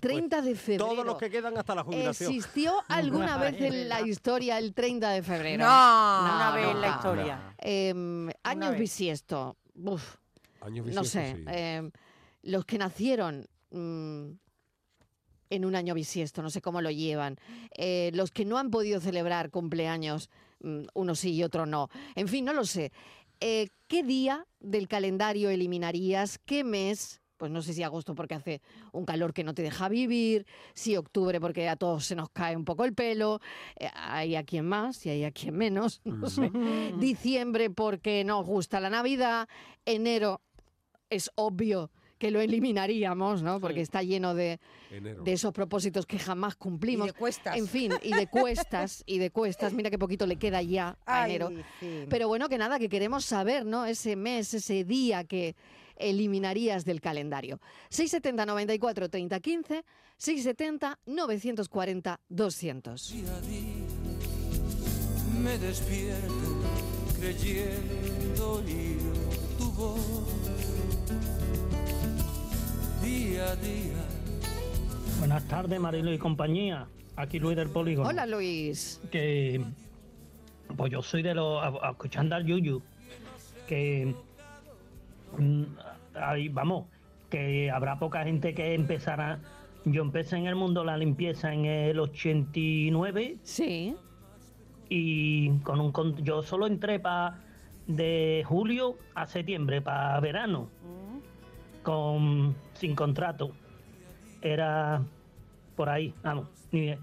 Speaker 1: 30 de febrero.
Speaker 9: Todos los Pues, que quedan hasta la jubilación.
Speaker 1: ¿Existió alguna vez en la historia el 30 de febrero?
Speaker 8: No,
Speaker 7: Una
Speaker 1: No,
Speaker 7: vez en la
Speaker 1: no.
Speaker 7: historia.
Speaker 1: Em, años
Speaker 7: vez.
Speaker 1: bisiesto. Uf,
Speaker 6: Años
Speaker 1: no
Speaker 6: bisiesto,
Speaker 1: sé.
Speaker 6: sí.
Speaker 1: em, los que nacieron mm, en un año bisiesto, no sé cómo lo llevan. Eh, los que no han podido celebrar cumpleaños, mm, uno sí y otro no. En fin, no lo sé. Eh, ¿Qué día del calendario eliminarías? ¿Qué mes? Pues no sé si agosto porque hace un calor que no te deja vivir, si octubre porque a todos se nos cae un poco el pelo, eh, hay a quien más y hay a quien menos, no sé. Diciembre porque nos gusta la Navidad, enero es obvio que lo eliminaríamos, ¿no? Porque está lleno de,
Speaker 6: Enero.
Speaker 1: de esos propósitos que jamás
Speaker 8: Y
Speaker 1: cumplimos.
Speaker 8: de cuestas.
Speaker 1: En fin, y de cuestas, y de cuestas. Mira qué poquito le queda ya a
Speaker 8: Ay,
Speaker 1: enero.
Speaker 8: sí.
Speaker 1: Pero bueno, que nada, que queremos saber, ¿no? Ese mes, ese día que eliminarías del calendario. 670 94 30 15, 670 940 200.
Speaker 4: me despierto creyendo oír tu voz. Día a día.
Speaker 10: Buenas tardes, Marilo y compañía. Aquí Luis del Polígono.
Speaker 1: Hola Luis.
Speaker 10: Que. Pues yo soy de los. a- a- Escuchando al Yuyu. Que. mm, ahí, vamos. Que habrá poca gente que empezará. Yo empecé en el mundo la limpieza en el 89
Speaker 1: Sí.
Speaker 10: y con un con- yo solo entré para de julio a septiembre para verano con sin contrato era por ahí vamos ni bien.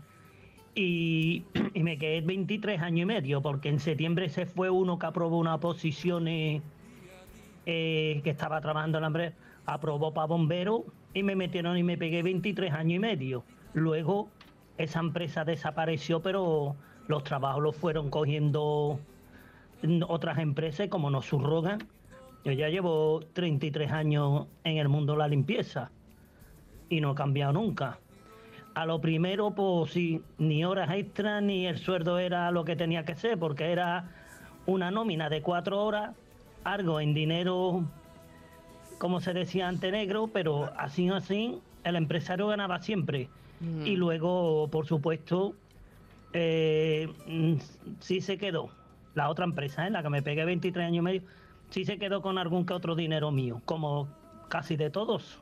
Speaker 10: y, y me quedé 23 años y medio porque en septiembre se fue uno que aprobó una posición eh, eh, que estaba trabajando en hambre aprobó para bombero y me metieron y me pegué 23 años y medio. Luego esa empresa desapareció, pero los trabajos los fueron cogiendo mm, otras empresas y como nos subrogan. Yo ya llevo 33 años en el mundo de la limpieza y no he cambiado nunca. A lo primero, pues sí, ni horas extra ni el sueldo era lo que tenía que ser, porque era una nómina de cuatro horas, algo en dinero, como se decía antes, negro, pero así o así, el empresario ganaba siempre.
Speaker 1: Mm.
Speaker 10: Y luego, pues, por supuesto, eh, mm, sí se quedó. La otra empresa en la que me pegué 23 años y medio, sí se quedó con algún que otro dinero mío, como casi de todos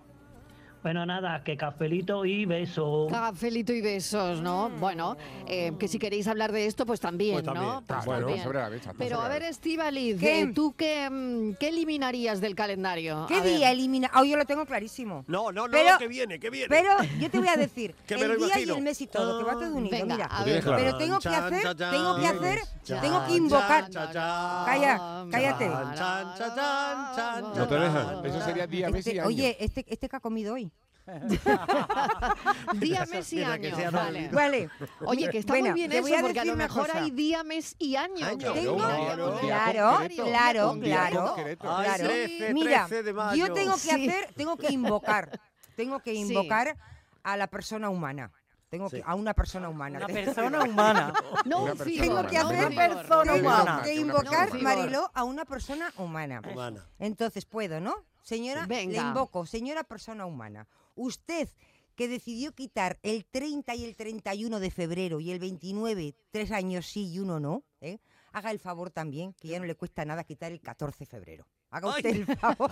Speaker 10: Bueno, nada, que cafelito y beso.
Speaker 1: Cafelito y besos, ¿no?
Speaker 8: Mm.
Speaker 1: Bueno, eh, que si queréis hablar de esto, pues también,
Speaker 5: Pues también,
Speaker 1: ¿no?
Speaker 5: claro,
Speaker 1: también.
Speaker 5: sobre la mesa,
Speaker 1: Pero
Speaker 5: sobre
Speaker 1: a
Speaker 5: la
Speaker 1: ver, Estivaliz,
Speaker 8: ¿Qué?
Speaker 1: eh, ¿tú qué, mm, qué eliminarías del calendario?
Speaker 8: ¿Qué
Speaker 1: A ver.
Speaker 8: día elimina? Ah, yo lo tengo clarísimo.
Speaker 9: No, no, no,
Speaker 8: Pero-
Speaker 9: que viene, que viene.
Speaker 8: Pero yo te voy a decir
Speaker 9: Que me lo
Speaker 8: el día y
Speaker 9: imagino.
Speaker 8: el mes y todo, que va todo unido,
Speaker 1: Venga,
Speaker 8: mira.
Speaker 1: a
Speaker 9: Lo tienes ver. claro.
Speaker 8: Pero tengo que
Speaker 9: Chan,
Speaker 8: hacer,
Speaker 9: chan, chan.
Speaker 8: tengo que hacer,
Speaker 9: Chan,
Speaker 8: tengo que
Speaker 9: chan,
Speaker 8: invocar.
Speaker 9: chan, chan.
Speaker 8: Calla, cállate.
Speaker 9: Chan, chan, chan, chan, chan,
Speaker 5: No te
Speaker 9: chan.
Speaker 5: dejan. Eso sería día, mes y
Speaker 8: Este-
Speaker 5: año.
Speaker 8: oye, este, este que ha comido hoy.
Speaker 1: Día, mes y
Speaker 9: Mira que
Speaker 1: año.
Speaker 9: sea
Speaker 1: Vale.
Speaker 8: Vale.
Speaker 1: Oye, que está
Speaker 8: Bueno,
Speaker 1: muy bien
Speaker 8: te
Speaker 1: eso,
Speaker 8: voy a
Speaker 1: porque a
Speaker 8: decir
Speaker 1: lo
Speaker 8: una
Speaker 1: mejor
Speaker 8: cosa.
Speaker 1: hay día, mes y año.
Speaker 5: Año,
Speaker 1: que
Speaker 5: Tengo-
Speaker 1: eliminaríamos del
Speaker 8: Claro,
Speaker 1: calendario.
Speaker 8: claro,
Speaker 5: Un día
Speaker 8: claro.
Speaker 5: concreto.
Speaker 9: Ay,
Speaker 8: claro.
Speaker 9: 13,
Speaker 8: Mira,
Speaker 9: 13 de
Speaker 8: yo
Speaker 9: mayo.
Speaker 8: tengo que
Speaker 1: Sí.
Speaker 8: hacer, tengo que invocar, tengo que
Speaker 1: Sí.
Speaker 8: invocar a la persona humana. Tengo que,
Speaker 9: Sí.
Speaker 8: a una persona humana.
Speaker 7: Una persona humana.
Speaker 1: No,
Speaker 5: Una
Speaker 1: un
Speaker 5: persona
Speaker 1: figor,
Speaker 8: Tengo que
Speaker 1: no un
Speaker 8: hacer
Speaker 1: figor.
Speaker 7: persona
Speaker 8: Tengo
Speaker 7: humana.
Speaker 8: que
Speaker 5: Una
Speaker 8: invocar,
Speaker 5: persona.
Speaker 8: Mariló, a una persona humana.
Speaker 9: Humana.
Speaker 8: Entonces puedo, ¿no? Señora, le
Speaker 1: Venga.
Speaker 8: invoco, señora persona humana. Usted que decidió quitar el 30 y el 31 de febrero y el 29, tres años sí y uno no, ¿eh? haga el favor también, que ya no le cuesta nada quitar el 14 de febrero. Haga usted el favor.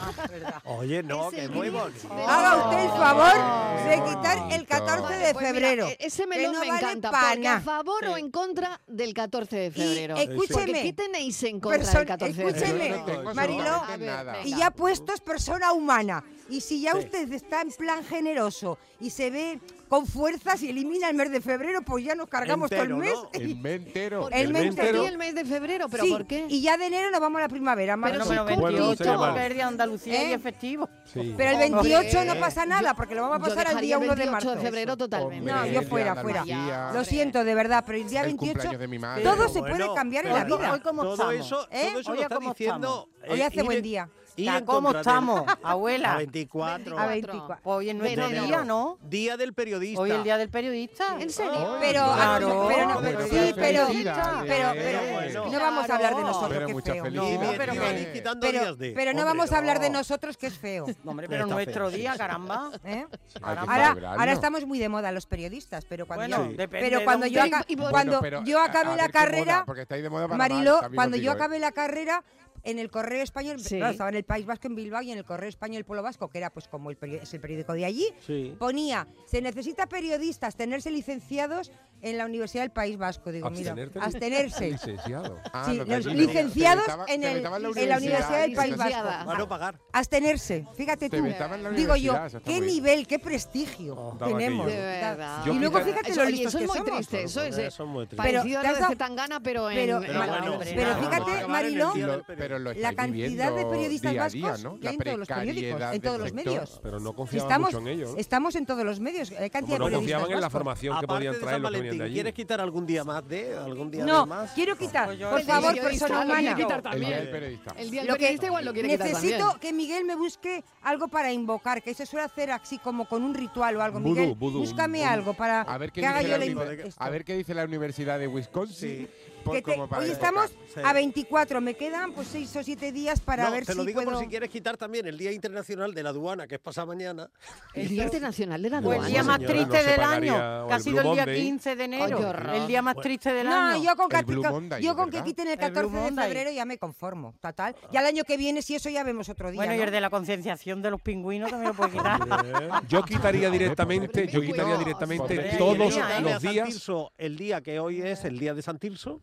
Speaker 9: Oye, no,
Speaker 1: Es
Speaker 9: que
Speaker 1: el
Speaker 9: muy
Speaker 1: Grinch
Speaker 9: bonito.
Speaker 1: del-
Speaker 8: Haga usted el favor
Speaker 5: Qué
Speaker 8: de quitar el
Speaker 5: bonito.
Speaker 8: 14
Speaker 1: Vale,
Speaker 8: de
Speaker 1: pues mira,
Speaker 8: febrero.
Speaker 1: e- ese
Speaker 8: que
Speaker 1: melón
Speaker 8: no
Speaker 1: me
Speaker 8: vale
Speaker 1: encanta.
Speaker 8: pa'
Speaker 1: Porque a
Speaker 8: nada.
Speaker 1: favor o en contra del 14 de febrero.
Speaker 8: Y
Speaker 1: Porque ¿qué
Speaker 8: escúcheme,
Speaker 1: tenéis en contra del
Speaker 8: Person-
Speaker 1: 14 de
Speaker 8: escúcheme,
Speaker 1: febrero?
Speaker 5: Yo no tengo
Speaker 8: Mariló,
Speaker 5: absolutamente
Speaker 1: a ver,
Speaker 5: nada.
Speaker 8: Y
Speaker 1: venga.
Speaker 8: ya puesto es persona humana. Y si ya
Speaker 9: Sí.
Speaker 8: usted está en plan generoso y se ve con fuerzas y elimina el mes de febrero, pues ya nos cargamos todo el
Speaker 9: Entero,
Speaker 8: mes.
Speaker 9: ¿no?
Speaker 5: El mes entero.
Speaker 1: Porque
Speaker 8: el
Speaker 1: me
Speaker 8: mes
Speaker 1: gustaría
Speaker 8: entero.
Speaker 1: el mes de febrero, pero
Speaker 8: Sí,
Speaker 1: ¿por qué?
Speaker 8: Y ya de enero nos vamos a la primavera, Mar-
Speaker 1: Pero
Speaker 8: no
Speaker 1: sí,
Speaker 8: me lo-
Speaker 1: ¿cómo?
Speaker 9: Bueno, sería malo.
Speaker 7: Verde Andalucía
Speaker 8: ¿Eh?
Speaker 7: y efectivo.
Speaker 6: Sí.
Speaker 8: pero el
Speaker 1: Hombre,
Speaker 8: 28 no pasa nada, porque lo vamos a
Speaker 1: Yo
Speaker 8: pasar al
Speaker 1: dejaría
Speaker 8: día
Speaker 1: el
Speaker 8: 1 de
Speaker 1: 28
Speaker 8: marzo.
Speaker 1: de febrero totalmente.
Speaker 8: No,
Speaker 5: Hombre,
Speaker 8: yo
Speaker 5: el
Speaker 8: fuera,
Speaker 5: día
Speaker 8: fuera.
Speaker 5: Andalucía.
Speaker 8: Lo siento, de verdad, pero el día
Speaker 5: El
Speaker 8: 28
Speaker 5: cumpleaños de mi madre.
Speaker 8: todo
Speaker 9: Pero
Speaker 8: se puede
Speaker 9: bueno,
Speaker 8: cambiar en la
Speaker 9: pero
Speaker 8: vida.
Speaker 7: Hoy cómo
Speaker 9: todo
Speaker 7: estamos.
Speaker 9: Eso,
Speaker 8: ¿Eh?
Speaker 9: Todo eso
Speaker 7: Hoy
Speaker 9: lo
Speaker 7: a
Speaker 9: está
Speaker 7: cómo
Speaker 9: diciendo.
Speaker 7: estamos.
Speaker 8: Hoy
Speaker 9: eh,
Speaker 8: hace
Speaker 9: ir
Speaker 8: buen
Speaker 9: en-
Speaker 8: día.
Speaker 9: ir
Speaker 7: Ya,
Speaker 9: en
Speaker 7: ¿Cómo
Speaker 9: contra de-
Speaker 7: estamos,
Speaker 9: A
Speaker 7: abuela?
Speaker 9: 24.
Speaker 8: A
Speaker 1: Cuatro.
Speaker 8: 24.
Speaker 7: Hoy es nuestro
Speaker 1: Veneno.
Speaker 7: día, ¿no?
Speaker 9: Día del periodista.
Speaker 7: Hoy es el día del periodista.
Speaker 1: ¿En serio?
Speaker 8: Pero,
Speaker 7: Claro.
Speaker 8: pero no-
Speaker 9: Bueno,
Speaker 8: sí,
Speaker 9: pero
Speaker 8: pero,
Speaker 5: felicidades.
Speaker 8: pero, pero-
Speaker 9: Bueno.
Speaker 8: no vamos a hablar de
Speaker 7: Claro.
Speaker 8: nosotros,
Speaker 5: Pero
Speaker 8: que es
Speaker 5: muchas
Speaker 8: feo.
Speaker 9: No,
Speaker 5: felicidades.
Speaker 9: pero,
Speaker 7: pero-
Speaker 9: feliz quitando
Speaker 8: Pero,
Speaker 9: días de.
Speaker 8: pero no
Speaker 9: Hombre,
Speaker 8: vamos a hablar de
Speaker 9: no.
Speaker 8: nosotros, que es feo.
Speaker 7: No, hombre, pero
Speaker 9: Está
Speaker 7: nuestro
Speaker 9: feo,
Speaker 7: día,
Speaker 9: sí, sí.
Speaker 7: caramba.
Speaker 8: ¿eh?
Speaker 7: Caramba.
Speaker 8: Ahora,
Speaker 5: celebrarlo.
Speaker 8: ahora estamos muy de moda los periodistas, pero cuando
Speaker 7: Bueno,
Speaker 8: yo,
Speaker 7: Sí. depende
Speaker 8: pero
Speaker 7: de
Speaker 8: cuando yo,
Speaker 7: dónde.
Speaker 8: aca-
Speaker 1: Y bueno,
Speaker 8: cuando
Speaker 5: pero,
Speaker 8: yo
Speaker 5: a- a
Speaker 8: acabé
Speaker 5: ver
Speaker 8: la
Speaker 5: qué moda,
Speaker 8: carrera,
Speaker 5: porque estáis de moda para
Speaker 8: Mariló,
Speaker 5: mal, también
Speaker 8: cuando
Speaker 5: os
Speaker 8: yo
Speaker 5: digo, ¿eh?
Speaker 8: acabé la carrera en el Correo Español,
Speaker 1: Sí.
Speaker 8: claro, estaba en el País Vasco en Bilbao y en el Correo Español Pueblo Vasco, que era pues como el, peri- es el periódico de allí,
Speaker 9: Sí.
Speaker 8: ponía, se necesita periodistas, tenerse licenciados en la Universidad del País Vasco, digo, mira,
Speaker 6: Abstenerte.
Speaker 8: abstenerse.
Speaker 6: Licenciado.
Speaker 5: Ah,
Speaker 8: Sí,
Speaker 5: lo de
Speaker 8: los
Speaker 5: allí,
Speaker 8: licenciados
Speaker 5: te aventaban-
Speaker 8: en,
Speaker 5: te
Speaker 8: el-
Speaker 5: aventaban
Speaker 8: en la Universidad del País
Speaker 1: Licenciada.
Speaker 8: Vasco.
Speaker 9: Para no pagar.
Speaker 8: Abstenerse, fíjate
Speaker 5: Te
Speaker 8: tú.
Speaker 5: aventaban la
Speaker 8: Digo yo,
Speaker 5: universidad, eso está
Speaker 8: qué
Speaker 5: muy bien.
Speaker 8: nivel, qué prestigio
Speaker 6: estaba
Speaker 8: tenemos.
Speaker 1: De
Speaker 6: aquello.
Speaker 1: verdad.
Speaker 6: Yo
Speaker 8: y luego
Speaker 6: quizá-
Speaker 8: fíjate
Speaker 1: eso,
Speaker 8: lo
Speaker 1: oye,
Speaker 8: listos
Speaker 1: eso es
Speaker 8: que
Speaker 1: muy
Speaker 8: somos.
Speaker 1: triste, eso es eh,
Speaker 9: Eso es muy triste.
Speaker 8: Pero,
Speaker 1: parecido a
Speaker 8: ¿te
Speaker 1: lo
Speaker 8: has
Speaker 1: de
Speaker 8: dado-
Speaker 1: Zetangana, pero en
Speaker 8: pero- Pero
Speaker 1: mala
Speaker 8: bueno,
Speaker 1: hombre.
Speaker 8: pero
Speaker 1: No,
Speaker 8: fíjate,
Speaker 1: no, no.
Speaker 8: Mariló,
Speaker 5: Y lo- pero lo
Speaker 8: la
Speaker 5: estáis
Speaker 8: cantidad de
Speaker 5: viviendo
Speaker 8: periodistas
Speaker 5: día a día,
Speaker 8: vascos
Speaker 5: ¿no?
Speaker 8: que
Speaker 5: La
Speaker 8: hay en todos los periódicos,
Speaker 5: precariedad
Speaker 8: en todos
Speaker 5: del
Speaker 8: los
Speaker 5: sector.
Speaker 8: medios.
Speaker 6: Pero no
Speaker 8: Si
Speaker 6: confiaban
Speaker 8: estamos,
Speaker 6: mucho en ellos. ¿no?
Speaker 8: estamos en todos los medios, hay cantidad
Speaker 6: Como
Speaker 8: de
Speaker 6: no
Speaker 8: periodistas
Speaker 6: confiaban en la
Speaker 8: vascos.
Speaker 6: formación que
Speaker 9: Aparte
Speaker 6: podían
Speaker 9: de
Speaker 6: traer
Speaker 9: San
Speaker 6: los que venían de
Speaker 9: Valentín,
Speaker 6: allí.
Speaker 9: ¿quieres quitar algún día más de? ¿Algún día de
Speaker 8: No,
Speaker 9: más?
Speaker 8: quiero quitar,
Speaker 7: yo-
Speaker 8: por
Speaker 1: El día del
Speaker 8: favor,
Speaker 1: periodista
Speaker 8: persona
Speaker 1: lo quiere
Speaker 8: humana.
Speaker 1: quitar
Speaker 5: El día del
Speaker 1: también.
Speaker 5: periodista.
Speaker 1: El día del
Speaker 8: Lo que-
Speaker 1: periodista igual lo quiere quitar también.
Speaker 8: Necesito que Miguel me busque algo para invocar, que eso suele hacer así como con un ritual o algo.
Speaker 5: Vudú,
Speaker 8: Miguel,
Speaker 5: vudú,
Speaker 8: búscame
Speaker 5: un-
Speaker 8: algo para
Speaker 5: A ver, qué
Speaker 8: que haga
Speaker 5: dice
Speaker 8: yo
Speaker 5: la
Speaker 8: la
Speaker 5: univer-
Speaker 8: invocación.
Speaker 5: a ver qué dice la Universidad de Wisconsin. por-
Speaker 8: Que te-
Speaker 5: como para
Speaker 8: hoy
Speaker 5: invocar.
Speaker 8: estamos
Speaker 9: Sí.
Speaker 8: a 24, me quedan pues 6 o 7 días para
Speaker 9: No,
Speaker 8: ver
Speaker 9: te
Speaker 8: si
Speaker 9: lo digo
Speaker 8: puedo...
Speaker 9: por si quieres quitar también el Día Internacional de la Aduana, que es pasado mañana.
Speaker 1: El Día Internacional de la
Speaker 7: Fue el
Speaker 1: Aduana.
Speaker 8: Pues,
Speaker 7: día
Speaker 6: no,
Speaker 7: más
Speaker 6: señora,
Speaker 7: triste
Speaker 6: no se
Speaker 7: del
Speaker 6: pagaría,
Speaker 7: año,
Speaker 9: Ah,
Speaker 6: o
Speaker 7: que ha
Speaker 6: el
Speaker 7: sido el
Speaker 6: Blue
Speaker 7: día
Speaker 6: Monday.
Speaker 7: 15 de
Speaker 1: Ay, qué
Speaker 7: enero,
Speaker 1: horror.
Speaker 7: el día más triste del
Speaker 8: No,
Speaker 7: año.
Speaker 8: yo con,
Speaker 5: El
Speaker 8: que-
Speaker 5: Blue
Speaker 8: con-
Speaker 5: Monday,
Speaker 8: yo con que
Speaker 5: ¿verdad?
Speaker 8: quiten el
Speaker 7: El Blue
Speaker 8: 14 de
Speaker 7: Monday.
Speaker 8: febrero ya me conformo, total. Y al año que viene, si eso ya vemos otro día,
Speaker 7: Bueno, y
Speaker 8: ¿no?
Speaker 7: el de la concienciación de los pingüinos también lo puede quitar.
Speaker 6: Yo quitaría directamente, yo quitaría
Speaker 1: Pobre
Speaker 6: directamente
Speaker 7: niño,
Speaker 6: todos
Speaker 7: ¿eh?
Speaker 6: los
Speaker 9: San
Speaker 6: días.
Speaker 9: Tirso, el día que hoy es el día de San Tirso.